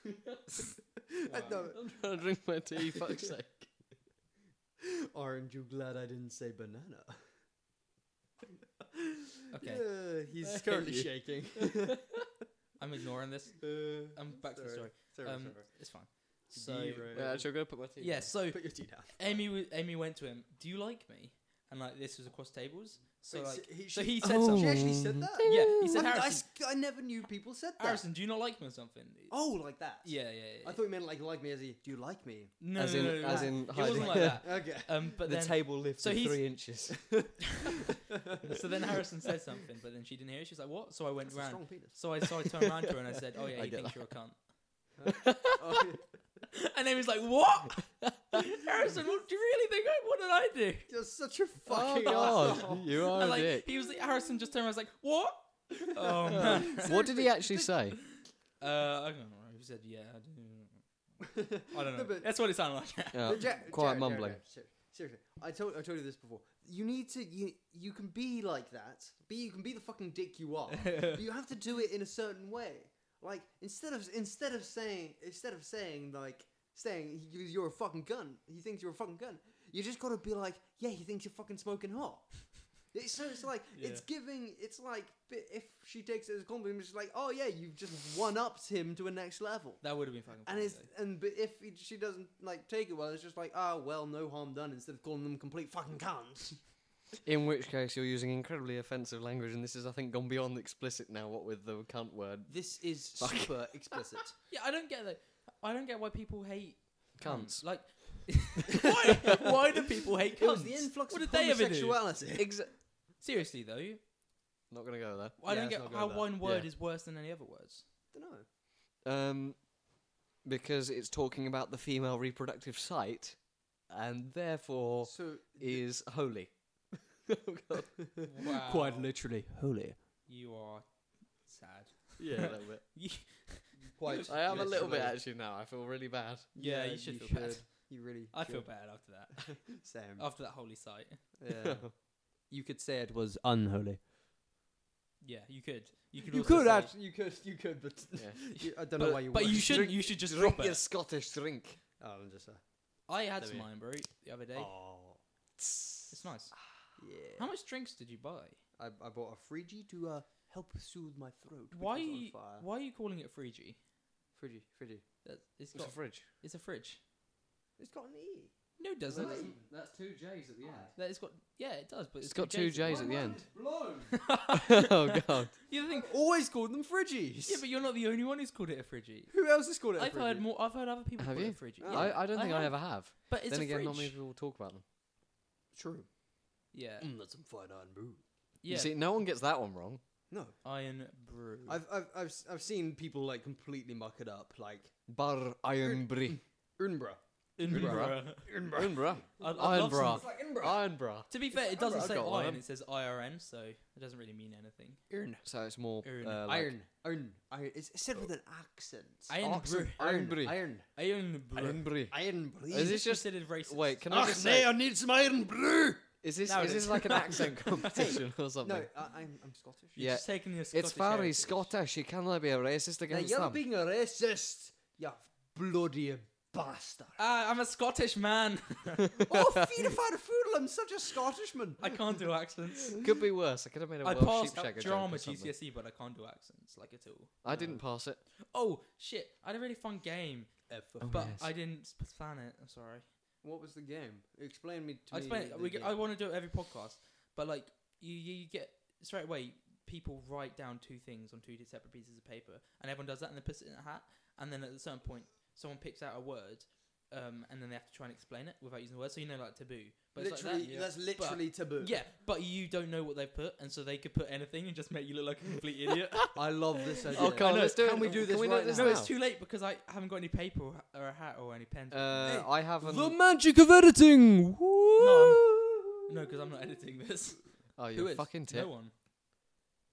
Speaker 2: Uh, no.
Speaker 3: I'm trying to drink my tea. Fuck's [laughs] sake.
Speaker 2: [laughs] Aren't you glad I didn't say banana?
Speaker 1: Okay.
Speaker 2: Yeah,
Speaker 3: I
Speaker 1: [laughs]
Speaker 2: he's
Speaker 3: hate
Speaker 2: currently
Speaker 3: you.
Speaker 2: shaking.
Speaker 1: I'm ignoring this.
Speaker 2: [laughs] Uh,
Speaker 1: I'm back to the
Speaker 2: Sorry.
Speaker 1: story.
Speaker 2: sorry,
Speaker 1: Um,
Speaker 2: sorry.
Speaker 1: It's fine. So
Speaker 2: Zero.
Speaker 3: Wait, actually, I'll go put my tea.
Speaker 1: yeah, so
Speaker 2: Put your tea down.
Speaker 1: Amy w- Amy went to him. Do you like me? And like this was across tables. So
Speaker 2: Wait,
Speaker 1: like
Speaker 2: he,
Speaker 1: so
Speaker 2: she-
Speaker 1: he said
Speaker 3: Oh.
Speaker 2: She
Speaker 1: something.
Speaker 2: actually said that.
Speaker 1: Yeah, he
Speaker 2: I,
Speaker 1: said
Speaker 2: I
Speaker 1: Harrison.
Speaker 2: s- I never knew people said that.
Speaker 1: Harrison, do you not like me or something?
Speaker 2: Oh, like that.
Speaker 1: Yeah, yeah, yeah.
Speaker 2: I thought you meant like like me as he. Do you like me?
Speaker 1: no,
Speaker 3: as
Speaker 1: no,
Speaker 3: in,
Speaker 1: no, no, no.
Speaker 3: as in
Speaker 1: it
Speaker 3: hiding.
Speaker 1: wasn't like that.
Speaker 2: Okay.
Speaker 1: Um, but
Speaker 3: [laughs] the
Speaker 1: then
Speaker 3: table lifted
Speaker 1: so he's-
Speaker 3: three inches.
Speaker 1: [laughs] so then Harrison
Speaker 2: [laughs]
Speaker 1: said something, but then she didn't hear. it. She's like, "What?" So I went
Speaker 2: That's a
Speaker 1: round.
Speaker 2: strong penis.
Speaker 1: So I so I turned around to her
Speaker 2: [laughs]
Speaker 1: and I said, "Oh yeah,
Speaker 3: I
Speaker 1: he
Speaker 3: get
Speaker 1: thinks you're a cunt." [laughs]
Speaker 2: Oh, [laughs] yeah.
Speaker 1: And Amy's like, "What, [laughs] Harrison? What do you really think? I, what did I do?"
Speaker 2: You're such a
Speaker 3: oh
Speaker 2: fucking
Speaker 3: god,
Speaker 2: asshole.
Speaker 3: you are
Speaker 1: And
Speaker 3: a
Speaker 1: [laughs] like
Speaker 3: dick.
Speaker 1: he was like, Harrison just turned around. I was like,
Speaker 2: [laughs]
Speaker 1: "What?" Oh man.
Speaker 3: What did he actually say?
Speaker 1: Uh, I don't know. He said, "Yeah, I do."
Speaker 2: [laughs]
Speaker 1: I don't know.
Speaker 2: No, but-
Speaker 1: That's what it sounded like.
Speaker 3: Yeah,
Speaker 2: But Jack-
Speaker 3: quiet
Speaker 2: Jared, Jared,
Speaker 3: mumbling.
Speaker 2: Jared, ser- seriously, I told I told you this before. You need to you you can be like that. Be you can be the fucking dick you
Speaker 3: [laughs]
Speaker 2: are. but you have to do it in a certain way. Like instead of instead of saying instead of saying like saying he- you're a fucking gun. He thinks you're a fucking gun. You just got to be like, yeah, he thinks you're fucking smoking hot.
Speaker 3: [laughs]
Speaker 2: It's so it's like
Speaker 1: Yeah.
Speaker 2: it's giving. It's like bi- if she takes it as a compliment, she's like, oh yeah, you've just one upped him to a next level.
Speaker 1: That would have been fucking.
Speaker 2: And
Speaker 1: funny,
Speaker 2: it's
Speaker 1: though.
Speaker 2: and but if he, she doesn't like take it well, it's just like ah well, no harm done. Instead of calling them complete fucking cunts.
Speaker 3: In which case, you're using incredibly offensive language, and this is, I think, gone beyond explicit now. What with the cunt word,
Speaker 2: This is
Speaker 3: Fuck.
Speaker 2: super [laughs] explicit.
Speaker 1: yeah, I don't get that. I don't get why people hate
Speaker 2: [laughs]
Speaker 3: cunts.
Speaker 1: Like, why? Why do people hate cunts?
Speaker 2: It was the influx
Speaker 1: what
Speaker 2: of
Speaker 1: did they ever do?
Speaker 2: homosexuality.
Speaker 3: Exa-
Speaker 1: Seriously though, I
Speaker 3: not gonna go there.
Speaker 2: Yeah,
Speaker 1: don't
Speaker 2: let's
Speaker 1: get
Speaker 2: not go
Speaker 1: how
Speaker 2: there.
Speaker 1: one word
Speaker 3: Yeah.
Speaker 1: is worse than any other
Speaker 2: [laughs]
Speaker 1: words.
Speaker 2: Dunno.
Speaker 3: Um, because it's talking about the female reproductive site, and therefore
Speaker 2: So [laughs]
Speaker 3: is holy.
Speaker 1: [laughs] Wow.
Speaker 2: literally holy.
Speaker 1: You are sad.
Speaker 3: Yeah, a little bit.
Speaker 1: [laughs] You-
Speaker 2: Quite.
Speaker 3: I am a little bit
Speaker 2: literally.
Speaker 3: actually now. Oh, I feel really bad.
Speaker 1: yeah, you should feel bad.
Speaker 2: You really.
Speaker 1: I feel
Speaker 2: should.
Speaker 1: bad Oh. after that.
Speaker 2: Same.
Speaker 1: after that holy sight. [laughs]
Speaker 2: Yeah. you could say it was unholy.
Speaker 1: Yeah, you could. You could.
Speaker 2: You
Speaker 1: also
Speaker 2: could
Speaker 1: say-
Speaker 2: actually. You could. You could. But
Speaker 3: Yeah.
Speaker 2: [laughs] you- I don't know
Speaker 1: But,
Speaker 2: why you.
Speaker 1: but
Speaker 2: would.
Speaker 1: you shouldn't. You should just
Speaker 3: Drink
Speaker 1: drop
Speaker 3: your
Speaker 1: it.
Speaker 3: Scottish drink.
Speaker 2: Oh, I'm just. Uh,
Speaker 1: I had
Speaker 3: There
Speaker 1: some
Speaker 3: we go.
Speaker 1: iron brew the other day.
Speaker 2: oh.
Speaker 1: It's nice.
Speaker 2: Ah, Yeah.
Speaker 1: How much drinks did you buy?
Speaker 2: I, I bought a Frigi to uh, help soothe my throat. which
Speaker 1: Why?
Speaker 2: is on fire.
Speaker 1: Why are you calling it Frigi?
Speaker 2: Frigi, Frigi.
Speaker 1: That it's
Speaker 3: It's
Speaker 1: got.
Speaker 3: a fridge.
Speaker 1: It's a fridge.
Speaker 2: It's got an E.
Speaker 1: No, it doesn't.
Speaker 2: Well, that's-
Speaker 3: two J's at the
Speaker 2: end.
Speaker 1: That it's got. Yeah, it does. But
Speaker 3: It's got two
Speaker 1: at
Speaker 3: J's
Speaker 1: the end.
Speaker 3: at the end.
Speaker 2: [laughs] Blown.
Speaker 3: oh god.
Speaker 1: You think?
Speaker 2: Always called them Friggies.
Speaker 1: Yeah, but you're not the only one who's called it a fridgie.
Speaker 2: Who else has called it? a
Speaker 1: I've heard
Speaker 2: Frigi?
Speaker 1: more. I've heard other people
Speaker 3: Have
Speaker 1: call
Speaker 3: you?
Speaker 1: it a fridgie.
Speaker 2: Oh.
Speaker 1: Yeah.
Speaker 3: I, I don't
Speaker 1: I
Speaker 3: think I,
Speaker 1: have.
Speaker 3: ever have.
Speaker 1: but it's
Speaker 3: then
Speaker 1: a
Speaker 3: again,
Speaker 1: fridge.
Speaker 3: not many people talk about them.
Speaker 2: True.
Speaker 1: yeah,
Speaker 2: Mm, that's some fine iron brew.
Speaker 1: yeah.
Speaker 3: You see, no one gets that one wrong.
Speaker 2: No,
Speaker 1: Iron brew.
Speaker 2: I've, I've I've s- I've seen people like completely muck it up, like
Speaker 3: Bar iron brie.
Speaker 2: Unbra.
Speaker 1: Unbra.
Speaker 2: Unbra.
Speaker 3: Iron bra.
Speaker 1: I'd- I'd love
Speaker 3: Iron
Speaker 1: some-
Speaker 3: bra.
Speaker 2: It's like Unbra.
Speaker 3: Iron bra.
Speaker 1: To be fair, it
Speaker 2: I've
Speaker 1: doesn't
Speaker 2: got-
Speaker 1: say
Speaker 3: I've got
Speaker 1: iron.
Speaker 3: one.
Speaker 1: It says IRN, so it doesn't really mean anything.
Speaker 2: Iron.
Speaker 3: So it's more
Speaker 1: Iron.
Speaker 2: [laughs]
Speaker 3: uh, like
Speaker 2: Iron. Iron. Iron. It's said with an accent.
Speaker 1: Iron brew.
Speaker 3: Iron brew.
Speaker 2: Iron.
Speaker 1: Iron brew.
Speaker 3: Iron brie.
Speaker 2: Iron brew.
Speaker 3: Is this just?
Speaker 1: considered racist?
Speaker 3: Wait, Ah! can I
Speaker 2: Ach,
Speaker 3: just
Speaker 2: nay,
Speaker 3: say?
Speaker 2: I need some iron brew.
Speaker 3: Is this
Speaker 1: Now it
Speaker 3: is
Speaker 1: is.
Speaker 3: this like an accent [laughs] competition or something?
Speaker 2: No, I, I'm I'm Scottish.
Speaker 1: You're
Speaker 3: yeah.
Speaker 1: just taking your
Speaker 3: It's
Speaker 1: Scottish
Speaker 3: very
Speaker 1: heritage.
Speaker 3: Scottish. You cannot be a racist
Speaker 2: Now
Speaker 3: against
Speaker 2: you're
Speaker 3: them.
Speaker 2: being a racist, you bloody bastard.
Speaker 1: Ah, I'm a Scottish man.
Speaker 2: [laughs]
Speaker 1: [laughs]
Speaker 2: oh, feed a fat foodle, I'm such a Scottishman.
Speaker 1: I can't do accents.
Speaker 3: Could be worse. I could have made a
Speaker 1: I
Speaker 3: Welsh
Speaker 1: passed
Speaker 3: sheep shagger
Speaker 1: up
Speaker 3: joke
Speaker 1: drama
Speaker 3: or something.
Speaker 1: GCSE, E, but I can't do accents like at all.
Speaker 3: I didn't pass it.
Speaker 1: Oh shit! I had a really fun game, but I didn't s- plan it. I'm sorry.
Speaker 2: What was the game? Explain me to
Speaker 1: I explain
Speaker 2: me.
Speaker 1: it.
Speaker 2: the
Speaker 1: We, g-
Speaker 2: game.
Speaker 1: I want to do it every podcast, but like you, you you get straight away people write down two things on two di- separate pieces of paper, and everyone does that and then puts it in a hat, and then at a certain point someone picks out a word, um, and then they have to try and explain it without using the word. So you know, like taboo, but it's
Speaker 2: literally,
Speaker 1: like that.
Speaker 3: yeah.
Speaker 2: that's literally taboo.
Speaker 1: Yeah, but you don't know what they've put, and so they could put anything and just make you look like a complete idiot.
Speaker 2: I love [laughs] this idea.
Speaker 3: Oh,
Speaker 1: I
Speaker 3: Carl,
Speaker 1: know.
Speaker 3: let's do
Speaker 2: Can
Speaker 3: it.
Speaker 2: we do this
Speaker 3: Can we
Speaker 2: right
Speaker 3: note this
Speaker 1: no, it's
Speaker 3: now?
Speaker 1: too late because I haven't got any paper or, or a hat or any pen.
Speaker 3: Uh,
Speaker 2: Hey,
Speaker 3: I haven't.
Speaker 2: the magic of editing.
Speaker 1: no, because I'm not editing this.
Speaker 3: oh,
Speaker 1: Who
Speaker 3: you
Speaker 1: is?
Speaker 3: fucking tip.
Speaker 1: No one.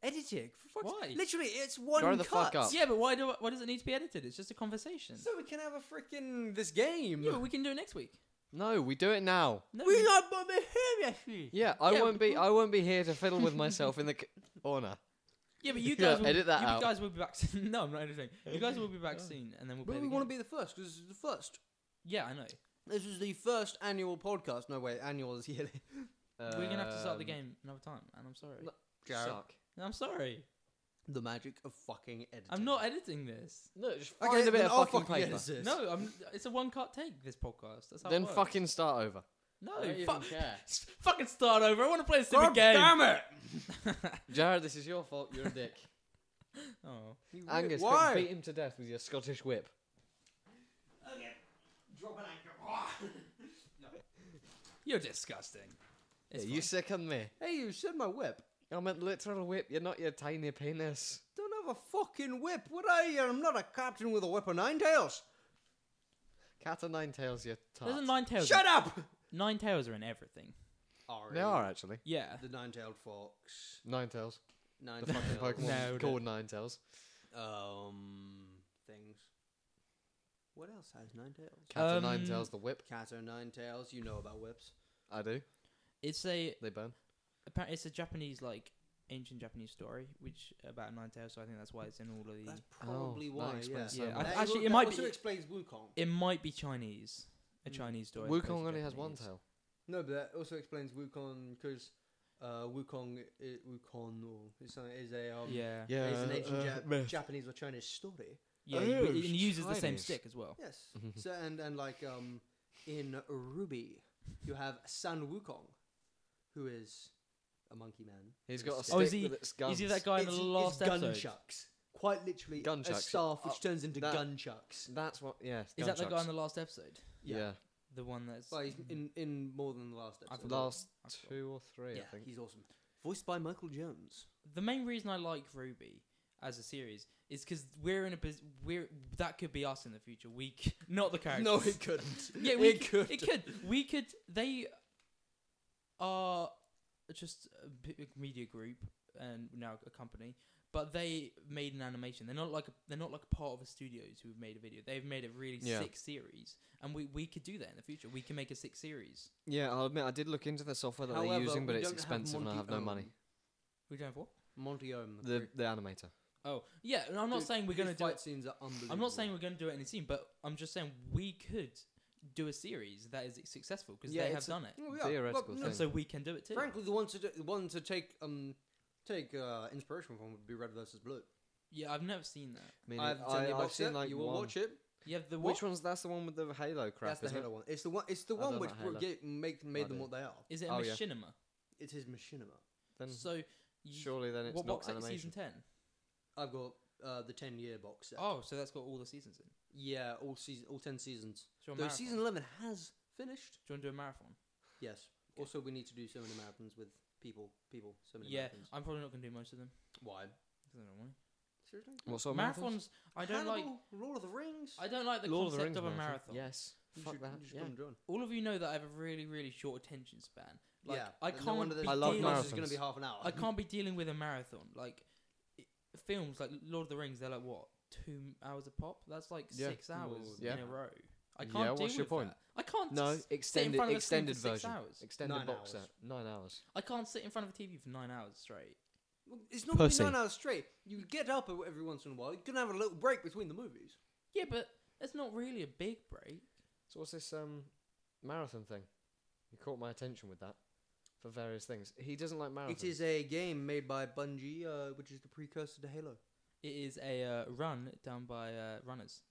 Speaker 2: editing. For fuck's-
Speaker 1: Why?
Speaker 2: Literally, it's one
Speaker 3: Grow the
Speaker 2: cut.
Speaker 3: fuck up.
Speaker 1: Yeah, but why do why does it need to be edited? It's just a conversation.
Speaker 2: So we can have a freaking this game.
Speaker 1: yeah, but we can do it next week.
Speaker 3: No, we do it now.
Speaker 1: No,
Speaker 2: we
Speaker 1: you-
Speaker 2: got Bobby here, actually.
Speaker 3: Yeah, I
Speaker 1: Yeah,
Speaker 3: won't be. I won't be here to fiddle with myself in the c- corner.
Speaker 1: yeah, but you
Speaker 3: Yeah,
Speaker 1: guys will,
Speaker 3: edit that
Speaker 1: you
Speaker 3: out.
Speaker 1: guys will be back. Soon. [laughs] No, I'm not editing. You guys will be
Speaker 2: [laughs]
Speaker 1: back soon, and then we'll.
Speaker 2: But
Speaker 1: play
Speaker 2: we
Speaker 1: the
Speaker 2: want
Speaker 1: game.
Speaker 2: to be the first because this is the first.
Speaker 1: Yeah, I know.
Speaker 2: This is the first annual podcast. No, wait, annual is [laughs] yearly.
Speaker 1: We're gonna have to start the
Speaker 3: Um,
Speaker 1: game another time, and I'm sorry.
Speaker 2: No.
Speaker 3: Suck.
Speaker 1: I'm sorry.
Speaker 2: The magic of fucking editing.
Speaker 1: I'm not editing this.
Speaker 3: No, just
Speaker 2: Okay,
Speaker 3: find a bit
Speaker 2: then
Speaker 3: of
Speaker 2: I'll
Speaker 3: fucking
Speaker 2: fucking
Speaker 3: paper.
Speaker 2: edit this.
Speaker 1: No, I'm. It's a one cut take. This podcast. That's how it
Speaker 3: Then
Speaker 1: works.
Speaker 3: fucking start over.
Speaker 1: no.
Speaker 3: I don't
Speaker 1: fu-
Speaker 3: even care.
Speaker 1: fucking start over. I want to play a
Speaker 2: God
Speaker 1: stupid game.
Speaker 2: damn it!
Speaker 3: Jared, this is your fault. You're a dick.
Speaker 1: oh.
Speaker 2: You weird-
Speaker 3: Angus, go
Speaker 2: why?
Speaker 3: beat him to death with your Scottish whip.
Speaker 2: Drop an anchor.
Speaker 1: You're disgusting. It's
Speaker 3: Yeah, you
Speaker 1: fine.
Speaker 3: sick on me.
Speaker 2: Hey, you said my whip.
Speaker 3: I'm a literal whip. You're not your tiny penis.
Speaker 2: Don't have a fucking whip, would I? I'm not a captain with a whip of nine tails.
Speaker 3: Cat o' nine tails. Your tart.
Speaker 1: There's a nine tails.
Speaker 2: Shut up.
Speaker 1: Nine tails are in everything.
Speaker 3: They are actually
Speaker 1: Yeah.
Speaker 2: The nine-tailed fox.
Speaker 3: nine tails.
Speaker 2: Nine
Speaker 3: The
Speaker 1: No,
Speaker 3: fucking Pokemon
Speaker 1: no.
Speaker 3: is called nine tails.
Speaker 2: Um, things. What else has nine tails?
Speaker 3: Cat o' nine
Speaker 1: Um,
Speaker 3: tails. The whip.
Speaker 2: Cat o' nine tails. You know about whips.
Speaker 3: I do.
Speaker 1: It's a
Speaker 3: They burn.
Speaker 1: apparently it's a Japanese like ancient Japanese story which about nine tails. So I think that's why it's in all of the.
Speaker 2: That's probably
Speaker 3: that
Speaker 2: why. Yeah.
Speaker 3: explains
Speaker 1: so Yeah, much. Oh, I-
Speaker 2: That-
Speaker 1: actually,
Speaker 2: that
Speaker 1: it might
Speaker 2: also
Speaker 1: be-
Speaker 2: explains Wukong.
Speaker 1: It might be Chinese. A
Speaker 2: Mm.
Speaker 1: Chinese story. as opposed to
Speaker 3: Wukong only has one
Speaker 1: Japanese.
Speaker 3: tail.
Speaker 2: No, but that also explains Wukong because uh, Wukong, i Wukong, or it's something is a um,
Speaker 1: Yeah.
Speaker 3: Yeah,
Speaker 2: is an
Speaker 3: uh,
Speaker 2: ancient
Speaker 3: uh,
Speaker 2: Jap-
Speaker 3: myth.
Speaker 2: Japanese or Chinese story.
Speaker 1: Yeah.
Speaker 3: Oh,
Speaker 1: you-
Speaker 3: it's
Speaker 1: it it uses the same
Speaker 3: Chinese.
Speaker 1: stick as well.
Speaker 2: Yes.
Speaker 3: Mm-hmm.
Speaker 2: so and and like um in Ruby, you have San Wukong, who is a monkey man.
Speaker 3: He's
Speaker 2: with a
Speaker 3: got a
Speaker 2: stick.
Speaker 3: stick
Speaker 1: Oh, is he-
Speaker 3: that's
Speaker 1: You
Speaker 3: guns.
Speaker 1: see that guy in the
Speaker 2: It's-
Speaker 1: last
Speaker 2: it's
Speaker 1: episode?
Speaker 2: Gunshucks. Quite literally,
Speaker 3: Gun
Speaker 2: a
Speaker 3: chucks.
Speaker 2: staff which
Speaker 3: Oh,
Speaker 2: turns into
Speaker 3: that-
Speaker 2: gunshucks.
Speaker 3: That's what. Yeah.
Speaker 1: Is that the guy
Speaker 3: gunshots.
Speaker 1: in the last episode?
Speaker 3: Yeah.
Speaker 1: The one that's.
Speaker 2: Well, he's in in more than the last
Speaker 1: I
Speaker 2: episode.
Speaker 1: forgot.
Speaker 3: Last
Speaker 1: I forgot.
Speaker 3: two or three,
Speaker 2: yeah,
Speaker 3: I think.
Speaker 2: he's awesome. Voiced by Michael Jones.
Speaker 1: the main reason I like Ruby as a series is because we're in a biz- we're that could be us in the future. We c- [laughs] not the characters.
Speaker 2: No, it couldn't.
Speaker 1: [laughs]
Speaker 2: [laughs]
Speaker 1: yeah, we
Speaker 2: it
Speaker 1: c-
Speaker 2: could.
Speaker 1: It could. We could. They are just a big media group and now a company, but they made an animation. They're not like a, they're not like a part of a studios who've made a video. They've made a really
Speaker 3: Yeah.
Speaker 1: sick series, and we we could do that in the future. We can make a sick series.
Speaker 3: Yeah, I'll admit I did look into the software that
Speaker 2: However,
Speaker 3: they're using, but
Speaker 2: we
Speaker 3: it's
Speaker 2: don't have
Speaker 3: expensive and I
Speaker 2: Monty
Speaker 3: have no money.
Speaker 2: Ohm.
Speaker 1: We don't have what?
Speaker 2: Monty Ohm.
Speaker 3: The the animator.
Speaker 1: Oh yeah, and I'm not
Speaker 2: Dude,
Speaker 1: saying we're
Speaker 2: his
Speaker 1: gonna do
Speaker 2: fight
Speaker 1: it.
Speaker 2: scenes are unbelievable.
Speaker 1: I'm not saying we're going to do it in a scene, but I'm just saying we could do a series that is successful because
Speaker 2: Yeah,
Speaker 1: they have
Speaker 2: it's a-
Speaker 1: done it,
Speaker 2: Well, yeah,
Speaker 3: theoretical
Speaker 2: well, no,
Speaker 1: and so
Speaker 3: thing.
Speaker 1: we can do it too.
Speaker 2: Frankly, the one to do, the one to take um take uh, inspiration from would be Red versus Blue.
Speaker 1: Yeah, I've never seen that.
Speaker 3: I mean,
Speaker 2: I've seen the
Speaker 3: I've
Speaker 2: box set.
Speaker 3: seen like
Speaker 2: you will
Speaker 3: one.
Speaker 2: watch it.
Speaker 1: Yeah, the
Speaker 3: Which
Speaker 1: what?
Speaker 3: one's that's the one with the Halo crap?
Speaker 2: That's the
Speaker 3: isn't it?
Speaker 2: Halo one. It's the one. It's the
Speaker 3: I
Speaker 2: one
Speaker 3: don't
Speaker 2: which
Speaker 3: like
Speaker 2: bro-
Speaker 3: Halo.
Speaker 2: gave, make,
Speaker 3: I
Speaker 2: made them
Speaker 3: do.
Speaker 2: what they are.
Speaker 1: Is it a
Speaker 3: Oh, yeah.
Speaker 1: machinima?
Speaker 2: It is machinima.
Speaker 3: Then
Speaker 1: So, you,
Speaker 3: surely then it's
Speaker 1: what
Speaker 3: not
Speaker 1: box set is
Speaker 3: animation.
Speaker 1: season ten?
Speaker 2: I've got uh, the ten year box set.
Speaker 1: Oh, so that's got all the seasons in.
Speaker 2: Yeah, all season, all ten seasons.
Speaker 1: So
Speaker 2: Though season eleven has finished.
Speaker 1: Do you want to do a marathon?
Speaker 2: Yes. Also, we need to do so many marathons with people. People. So many
Speaker 1: Yeah,
Speaker 2: marathons.
Speaker 1: I'm probably not going to do most of them.
Speaker 2: Why?
Speaker 1: 'cause I don't want
Speaker 2: Seriously?
Speaker 3: What
Speaker 1: to.
Speaker 3: sort of
Speaker 1: Marathons,
Speaker 3: marathons?
Speaker 1: I don't like.
Speaker 2: Hannibal, Lord of the Rings.
Speaker 1: I don't like the
Speaker 3: Lord of the
Speaker 1: concept
Speaker 3: Rings
Speaker 1: of, a marathon.
Speaker 3: Yes.
Speaker 2: You
Speaker 3: Fuck
Speaker 2: should-
Speaker 3: that.
Speaker 2: you should
Speaker 3: Yeah.
Speaker 2: come and join.
Speaker 1: All of you know that I have a really, really short attention span. Like,
Speaker 2: yeah.
Speaker 1: I
Speaker 2: and no
Speaker 1: can't.
Speaker 2: wonder
Speaker 1: be
Speaker 2: this
Speaker 3: I love
Speaker 1: dealing-
Speaker 2: podcast is going
Speaker 3: marathons.
Speaker 2: to be half an hour.
Speaker 1: I can't be dealing with a marathon. Like i films like Lord of the Rings, they're like what two hours a pop. That's like
Speaker 3: Yeah.
Speaker 1: six hours
Speaker 3: Yeah.
Speaker 1: in a row. I
Speaker 3: Yeah,
Speaker 1: can't deal
Speaker 3: what's your
Speaker 1: with
Speaker 3: point?
Speaker 1: that. I can't.
Speaker 3: No,
Speaker 1: s- sit in
Speaker 3: extended
Speaker 1: front of a screen for
Speaker 3: extended
Speaker 1: six
Speaker 3: version.
Speaker 1: hours.
Speaker 3: Extended
Speaker 2: Nine
Speaker 3: box
Speaker 2: hours.
Speaker 3: set. Nine hours.
Speaker 1: I can't sit in front of a TV for nine hours straight.
Speaker 2: Well, It's not
Speaker 3: Pussy.
Speaker 2: gonna be nine hours straight. You get up e-, every once in a while. You can have a little break between the movies.
Speaker 1: Yeah, but it's not really a big break.
Speaker 3: So what's this um marathon thing? You caught my attention with that for various things. He doesn't like marathons.
Speaker 2: It is a game made by Bungie, uh, which is the precursor to Halo.
Speaker 1: It is a uh, run done by uh, runners.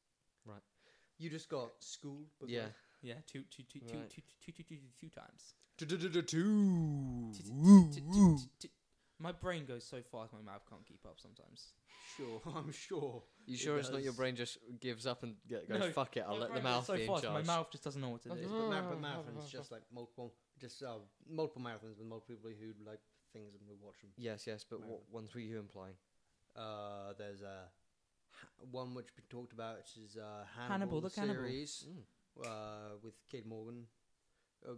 Speaker 2: You just got school. But
Speaker 3: Yeah.
Speaker 1: Yeah, two, two, two, two,
Speaker 3: Right.
Speaker 1: two, two, two, two, two, two times.
Speaker 3: Two.
Speaker 1: T- t- t- t- t- t- My brain goes so fast, my mouth can't keep up sometimes.
Speaker 2: Sure, [laughs] I'm sure.
Speaker 3: You
Speaker 2: It
Speaker 3: sure it's not your
Speaker 2: does.
Speaker 3: brain just gives up and get, goes
Speaker 1: No,
Speaker 3: fuck it? I'll
Speaker 1: My
Speaker 3: let the
Speaker 1: brain goes
Speaker 3: mouth
Speaker 1: so
Speaker 3: be in
Speaker 1: fast,
Speaker 3: charge.
Speaker 1: My mouth just doesn't know what to
Speaker 2: But
Speaker 1: do.
Speaker 2: ma- but marathons, just like multiple, just uh, multiple marathons with multiple people who like things and we watch them.
Speaker 3: Yes, yes, but what
Speaker 2: Marathon.
Speaker 3: ones were you implying?
Speaker 2: Uh, there's a one which we talked about, which is uh,
Speaker 1: Hannibal
Speaker 2: Hannibal,
Speaker 1: the
Speaker 2: the
Speaker 1: Cannibal.
Speaker 2: series
Speaker 3: Mm.
Speaker 2: uh, with Kid Morgan. Uh,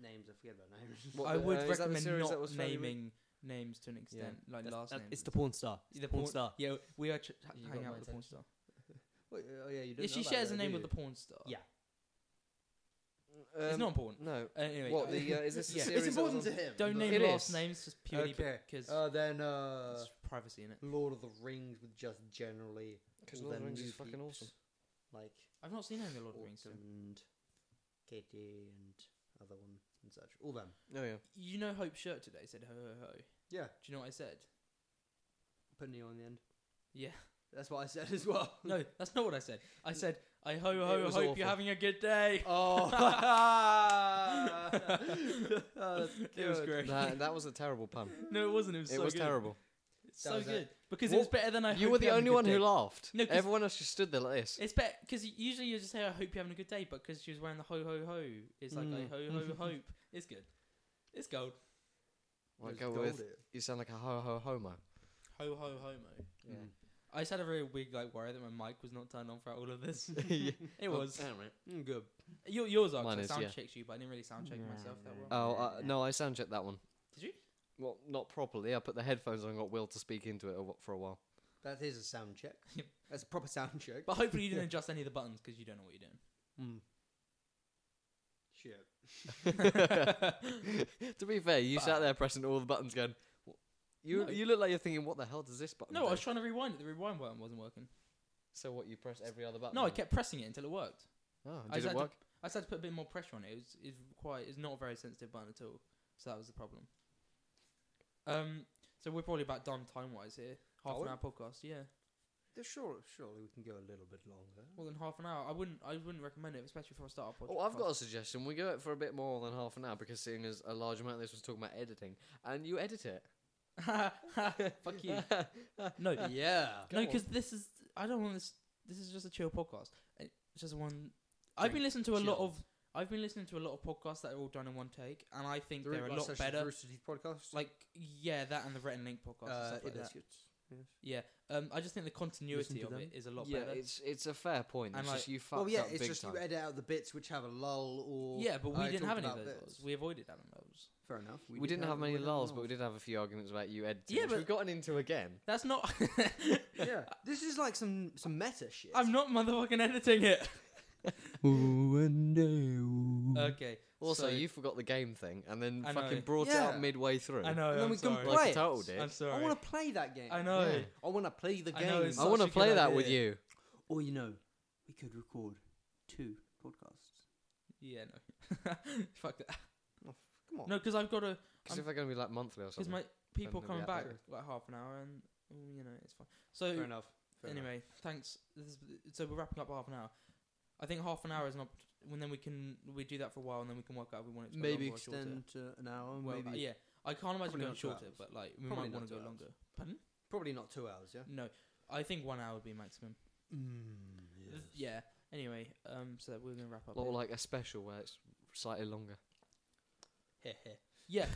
Speaker 2: names, I forget about names. [laughs]
Speaker 3: What
Speaker 1: I
Speaker 3: the-
Speaker 1: would
Speaker 3: uh, is that the
Speaker 1: recommend
Speaker 3: series that
Speaker 1: not
Speaker 3: was fairly re-
Speaker 1: naming names to an extent, like
Speaker 4: That's-
Speaker 1: last
Speaker 4: that-
Speaker 1: names.
Speaker 4: it's the porn star. It's
Speaker 1: the
Speaker 4: the porn
Speaker 1: porn-
Speaker 4: star.
Speaker 1: yeah, we are ch- ha-
Speaker 2: You
Speaker 1: hanging
Speaker 2: got
Speaker 1: out
Speaker 2: my
Speaker 1: with the porn star.
Speaker 2: Wait, oh yeah, you don't
Speaker 1: Yeah, she
Speaker 2: know
Speaker 1: shares
Speaker 2: the
Speaker 1: the name of the porn star.
Speaker 2: Yeah.
Speaker 1: it's
Speaker 3: Um,
Speaker 1: not important.
Speaker 3: No.
Speaker 1: Uh, anyway,
Speaker 3: What
Speaker 1: uh,
Speaker 3: the? Uh, is this
Speaker 1: [laughs]
Speaker 3: a
Speaker 1: Yeah. It's
Speaker 3: series
Speaker 2: It's
Speaker 3: that was
Speaker 2: important
Speaker 3: on-
Speaker 2: to him.
Speaker 1: don't
Speaker 2: but-
Speaker 1: name
Speaker 3: It
Speaker 1: last
Speaker 3: is.
Speaker 1: names just purely
Speaker 2: Okay.
Speaker 1: because
Speaker 2: Uh, then uh,
Speaker 1: it's privacy in it.
Speaker 2: Lord of the Rings with just generally
Speaker 3: 'Cause
Speaker 2: all
Speaker 3: Lord of the
Speaker 2: their
Speaker 3: Rings
Speaker 2: new
Speaker 3: is fucking
Speaker 2: peeps,
Speaker 3: awesome.
Speaker 2: Like
Speaker 1: I've not seen any Lord of the Rings.
Speaker 2: Orcs
Speaker 1: so-
Speaker 2: and Katie and other one and such. All them.
Speaker 3: Oh
Speaker 1: [laughs]
Speaker 3: yeah.
Speaker 1: You know, Hope shirt today said ho ho ho.
Speaker 2: Yeah,
Speaker 1: Do you know what I said?
Speaker 2: put an E on the end.
Speaker 1: Yeah.
Speaker 2: That's what I said as well.
Speaker 1: [laughs] No, that's not what I said. I said I ho
Speaker 3: It
Speaker 1: ho hope
Speaker 3: was
Speaker 1: you're
Speaker 3: awful.
Speaker 1: having a good
Speaker 3: [laughs]
Speaker 1: day.
Speaker 2: [laughs]
Speaker 1: [laughs]
Speaker 2: Oh, [laughs] that's
Speaker 1: It was
Speaker 2: good.
Speaker 1: great.
Speaker 3: that, that was a terrible pun.
Speaker 1: No, it wasn't. It was
Speaker 3: It
Speaker 1: so
Speaker 3: was
Speaker 1: good. [laughs]
Speaker 3: terrible.
Speaker 1: It's
Speaker 2: That
Speaker 1: so
Speaker 2: was it.
Speaker 1: good because it
Speaker 3: What-
Speaker 1: was better than I.
Speaker 3: you were
Speaker 1: hope
Speaker 3: the
Speaker 1: you're having a
Speaker 3: only
Speaker 1: good
Speaker 3: one
Speaker 1: day.
Speaker 3: who laughed.
Speaker 1: No, 'cause-
Speaker 3: Everyone else just stood there like this.
Speaker 1: It's better because usually you just say I hope you're having a good day, but because she was wearing the ho ho ho, it's like
Speaker 3: Mm.
Speaker 1: I ho
Speaker 3: [laughs]
Speaker 1: ho hope. It's good. It's gold.
Speaker 3: Like,
Speaker 2: It
Speaker 3: go
Speaker 2: was
Speaker 3: with,
Speaker 2: gold, it.
Speaker 3: you sound like a ho ho homo.
Speaker 1: Ho ho homo.
Speaker 3: Yeah.
Speaker 2: Mm.
Speaker 1: I just had a very weird like worry that my mic was not turned on throughout all of this.
Speaker 3: [laughs]
Speaker 1: [laughs] It was.
Speaker 2: Mm, good.
Speaker 1: Your, yours are. 'cause
Speaker 3: Mine
Speaker 1: I
Speaker 3: is,
Speaker 1: sound
Speaker 3: yeah.
Speaker 1: checked you, but I didn't really sound check myself that well.
Speaker 3: Oh uh, no, I sound checked that one.
Speaker 1: Did you?
Speaker 3: Well, not properly. I put the headphones on, and got Will to speak into it a wh- for a while.
Speaker 2: That is a sound check.
Speaker 1: Yep.
Speaker 2: That's a proper sound check.
Speaker 1: But hopefully you didn't adjust any of the buttons because you don't know what you're doing.
Speaker 2: Mm. Shit.
Speaker 3: [laughs] to be fair, you sat
Speaker 1: But-
Speaker 3: there pressing all the buttons, going. "Wh- You
Speaker 1: No.
Speaker 3: you look like you're thinking, what the hell does this button?
Speaker 1: No, I
Speaker 3: do?"
Speaker 1: was trying to rewind it. The rewind button wasn't working.
Speaker 3: so what? You press every other button.
Speaker 1: No, I
Speaker 3: then?
Speaker 1: kept pressing it until it worked.
Speaker 3: Oh,
Speaker 1: I
Speaker 3: did
Speaker 1: just
Speaker 3: it
Speaker 1: had to-
Speaker 3: work?
Speaker 1: I just had to put a bit more pressure on it. It was, it's quite. It's not a very sensitive button at all. So that was the problem. Um. So we're probably about done time wise here. Half
Speaker 2: Are
Speaker 1: an
Speaker 2: we?
Speaker 1: hour podcast. Yeah.
Speaker 2: Sure, surely we can go a little bit longer.
Speaker 1: More than half an hour. I wouldn't. I wouldn't recommend it, especially for a startup podcast.
Speaker 3: Oh, I've got a suggestion. We go it for a bit more than half an hour because seeing as a large amount of this was talking about editing, and you edit it.
Speaker 1: [laughs] Fuck
Speaker 3: [laughs]
Speaker 1: you. no.
Speaker 2: yeah. [laughs]
Speaker 1: No, because this is. I don't want this. This is just a chill podcast. Uh, It's just one. I've been listening to a lot
Speaker 2: chill.
Speaker 1: of. I've been listening to a lot of podcasts that are all done in one take, and I think they're a lot
Speaker 2: such
Speaker 1: better.
Speaker 2: As Rooster Teeth podcast.
Speaker 1: Like yeah, that and the Rhett and Link podcast. and
Speaker 2: uh,
Speaker 1: stuff like
Speaker 2: it
Speaker 1: that.
Speaker 2: is. Yes.
Speaker 1: Yeah. Um, I just think the continuity
Speaker 2: to
Speaker 1: of it
Speaker 2: them.
Speaker 1: is a lot
Speaker 3: yeah,
Speaker 1: better.
Speaker 3: it's it's a fair point.
Speaker 1: And
Speaker 3: it's
Speaker 1: like-
Speaker 3: just you fucked
Speaker 2: Well, yeah,
Speaker 3: up
Speaker 2: it's
Speaker 3: big
Speaker 2: just
Speaker 3: time.
Speaker 2: you edit out the bits which have a lull or
Speaker 1: Yeah, but we
Speaker 2: I
Speaker 1: didn't
Speaker 2: talked
Speaker 1: have any of
Speaker 2: about
Speaker 1: those.
Speaker 2: this.
Speaker 1: lulls. We avoided having those.
Speaker 2: fair enough.
Speaker 3: we,
Speaker 2: did
Speaker 3: didn't have many
Speaker 2: we didn't have
Speaker 3: lulls, but we did have a few arguments about you editing.
Speaker 1: Yeah,
Speaker 3: which
Speaker 1: but-
Speaker 3: we've gotten into again.
Speaker 1: That's not.
Speaker 2: yeah,
Speaker 1: [laughs]
Speaker 2: this is like some some meta shit.
Speaker 1: I'm not motherfucking editing
Speaker 2: [laughs]
Speaker 1: it. Okay.
Speaker 3: Also,
Speaker 1: so-
Speaker 3: you forgot the game thing, and then
Speaker 1: I
Speaker 3: fucking
Speaker 1: know.
Speaker 3: brought it
Speaker 2: Yeah.
Speaker 3: out midway through.
Speaker 1: I know.
Speaker 2: And then
Speaker 1: I'm
Speaker 2: we
Speaker 1: sorry.
Speaker 2: complain.
Speaker 3: Like
Speaker 2: Right.
Speaker 3: a total dick.
Speaker 1: I'm
Speaker 2: I
Speaker 1: sorry.
Speaker 2: want to play that game.
Speaker 1: I know.
Speaker 3: Yeah.
Speaker 2: I want to play the
Speaker 1: I
Speaker 2: game.
Speaker 1: know, it's
Speaker 3: I
Speaker 1: such
Speaker 3: want
Speaker 1: a
Speaker 3: to
Speaker 1: good
Speaker 3: play that
Speaker 1: idea.
Speaker 3: with you.
Speaker 2: Or you know, we could record two podcasts.
Speaker 1: Yeah. No. [laughs] Fuck that.
Speaker 2: Come on.
Speaker 1: No, because I've got to. I'm-
Speaker 3: Because if they're going to be like monthly or
Speaker 1: Because
Speaker 3: something.
Speaker 1: my people
Speaker 3: they'll be
Speaker 1: coming
Speaker 3: out
Speaker 1: back
Speaker 3: later.
Speaker 1: like half an hour, and mm, you know it's fine. So
Speaker 2: fair enough. Fair enough.
Speaker 1: anyway, thanks. This is, so we're wrapping up half an hour. I think half an hour is not. When then we can we do that for a while, and then we can work out if we want it to go
Speaker 2: maybe
Speaker 1: longer or shorter.
Speaker 2: extend to an hour.
Speaker 1: Well,
Speaker 2: maybe
Speaker 1: yeah, I can't imagine
Speaker 2: Probably
Speaker 1: going
Speaker 2: not two
Speaker 1: shorter,
Speaker 2: hours.
Speaker 1: but like we
Speaker 2: Probably
Speaker 1: might
Speaker 2: not
Speaker 1: want to
Speaker 2: two
Speaker 1: go
Speaker 2: hours.
Speaker 1: longer. Pardon?
Speaker 2: probably not two hours. Yeah.
Speaker 1: No, I think one hour would be maximum.
Speaker 2: Mm,
Speaker 1: Th- Yeah. Anyway, um, so we're gonna wrap up.
Speaker 3: Or
Speaker 1: here.
Speaker 3: like a special where it's slightly longer.
Speaker 1: yeah,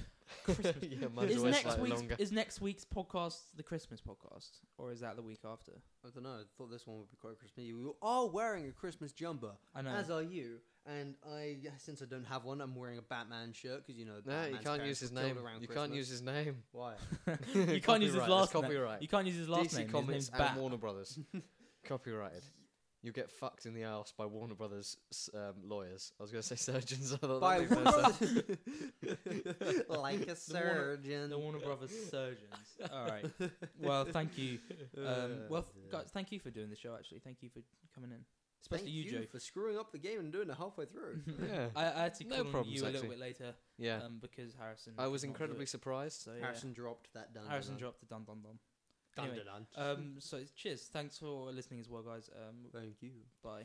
Speaker 1: Christmas.
Speaker 3: [laughs] yeah, mine's
Speaker 1: is
Speaker 3: always
Speaker 1: next
Speaker 3: slightly
Speaker 1: week's
Speaker 3: longer.
Speaker 1: is next week's podcast the Christmas podcast, or is that the week after?
Speaker 2: I don't know. I thought this one would be quite Christmas. You are wearing a Christmas jumper,
Speaker 1: I know.
Speaker 2: as are you. And I, since I don't have one, I'm wearing a Batman shirt because you know.
Speaker 3: No, you
Speaker 2: Batman's
Speaker 3: can't
Speaker 2: parents
Speaker 3: use his
Speaker 2: were killed
Speaker 3: name.
Speaker 2: around
Speaker 3: You
Speaker 2: Christmas.
Speaker 3: can't use his name.
Speaker 2: Why?
Speaker 1: [laughs] you can't use his
Speaker 3: [laughs] Copyright, that's
Speaker 1: last name.
Speaker 3: Copyright.
Speaker 1: You can't use his last
Speaker 3: DC
Speaker 1: name. His
Speaker 3: Comics
Speaker 1: name's
Speaker 3: and
Speaker 1: Bat. [laughs]
Speaker 3: Warner Brothers. Copyrighted. You get fucked in the ass by Warner Brothers s- um, lawyers. I was going to say [laughs] surgeons. I thought
Speaker 2: By
Speaker 3: that makes no sense.
Speaker 2: [laughs]
Speaker 1: [laughs]
Speaker 2: like a surgeon.
Speaker 1: The Warner Brothers surgeons. All right. Well, thank you. Um, well,
Speaker 2: yeah.
Speaker 1: th- guys, thank you for doing the show. Actually, thank you for coming in,
Speaker 2: Thank
Speaker 1: especially you, Joe. [laughs]
Speaker 2: for screwing up the game and doing it halfway
Speaker 3: [laughs]
Speaker 2: through.
Speaker 3: Yeah.
Speaker 1: I, I had to
Speaker 3: No
Speaker 1: call on
Speaker 3: problems,
Speaker 1: you a little
Speaker 3: actually.
Speaker 1: bit later
Speaker 3: Yeah.
Speaker 1: um, because Harrison.
Speaker 3: I was
Speaker 1: could not do
Speaker 3: incredibly
Speaker 1: it.
Speaker 3: surprised.
Speaker 1: So, yeah.
Speaker 2: Harrison dropped that down.
Speaker 1: Harrison dropped the dun dun dun.
Speaker 2: Dun,
Speaker 1: Anyway,
Speaker 2: dun, dun.
Speaker 1: Um, so cheers. Thanks for listening as well, guys. Um,
Speaker 2: Thank you.
Speaker 1: bye.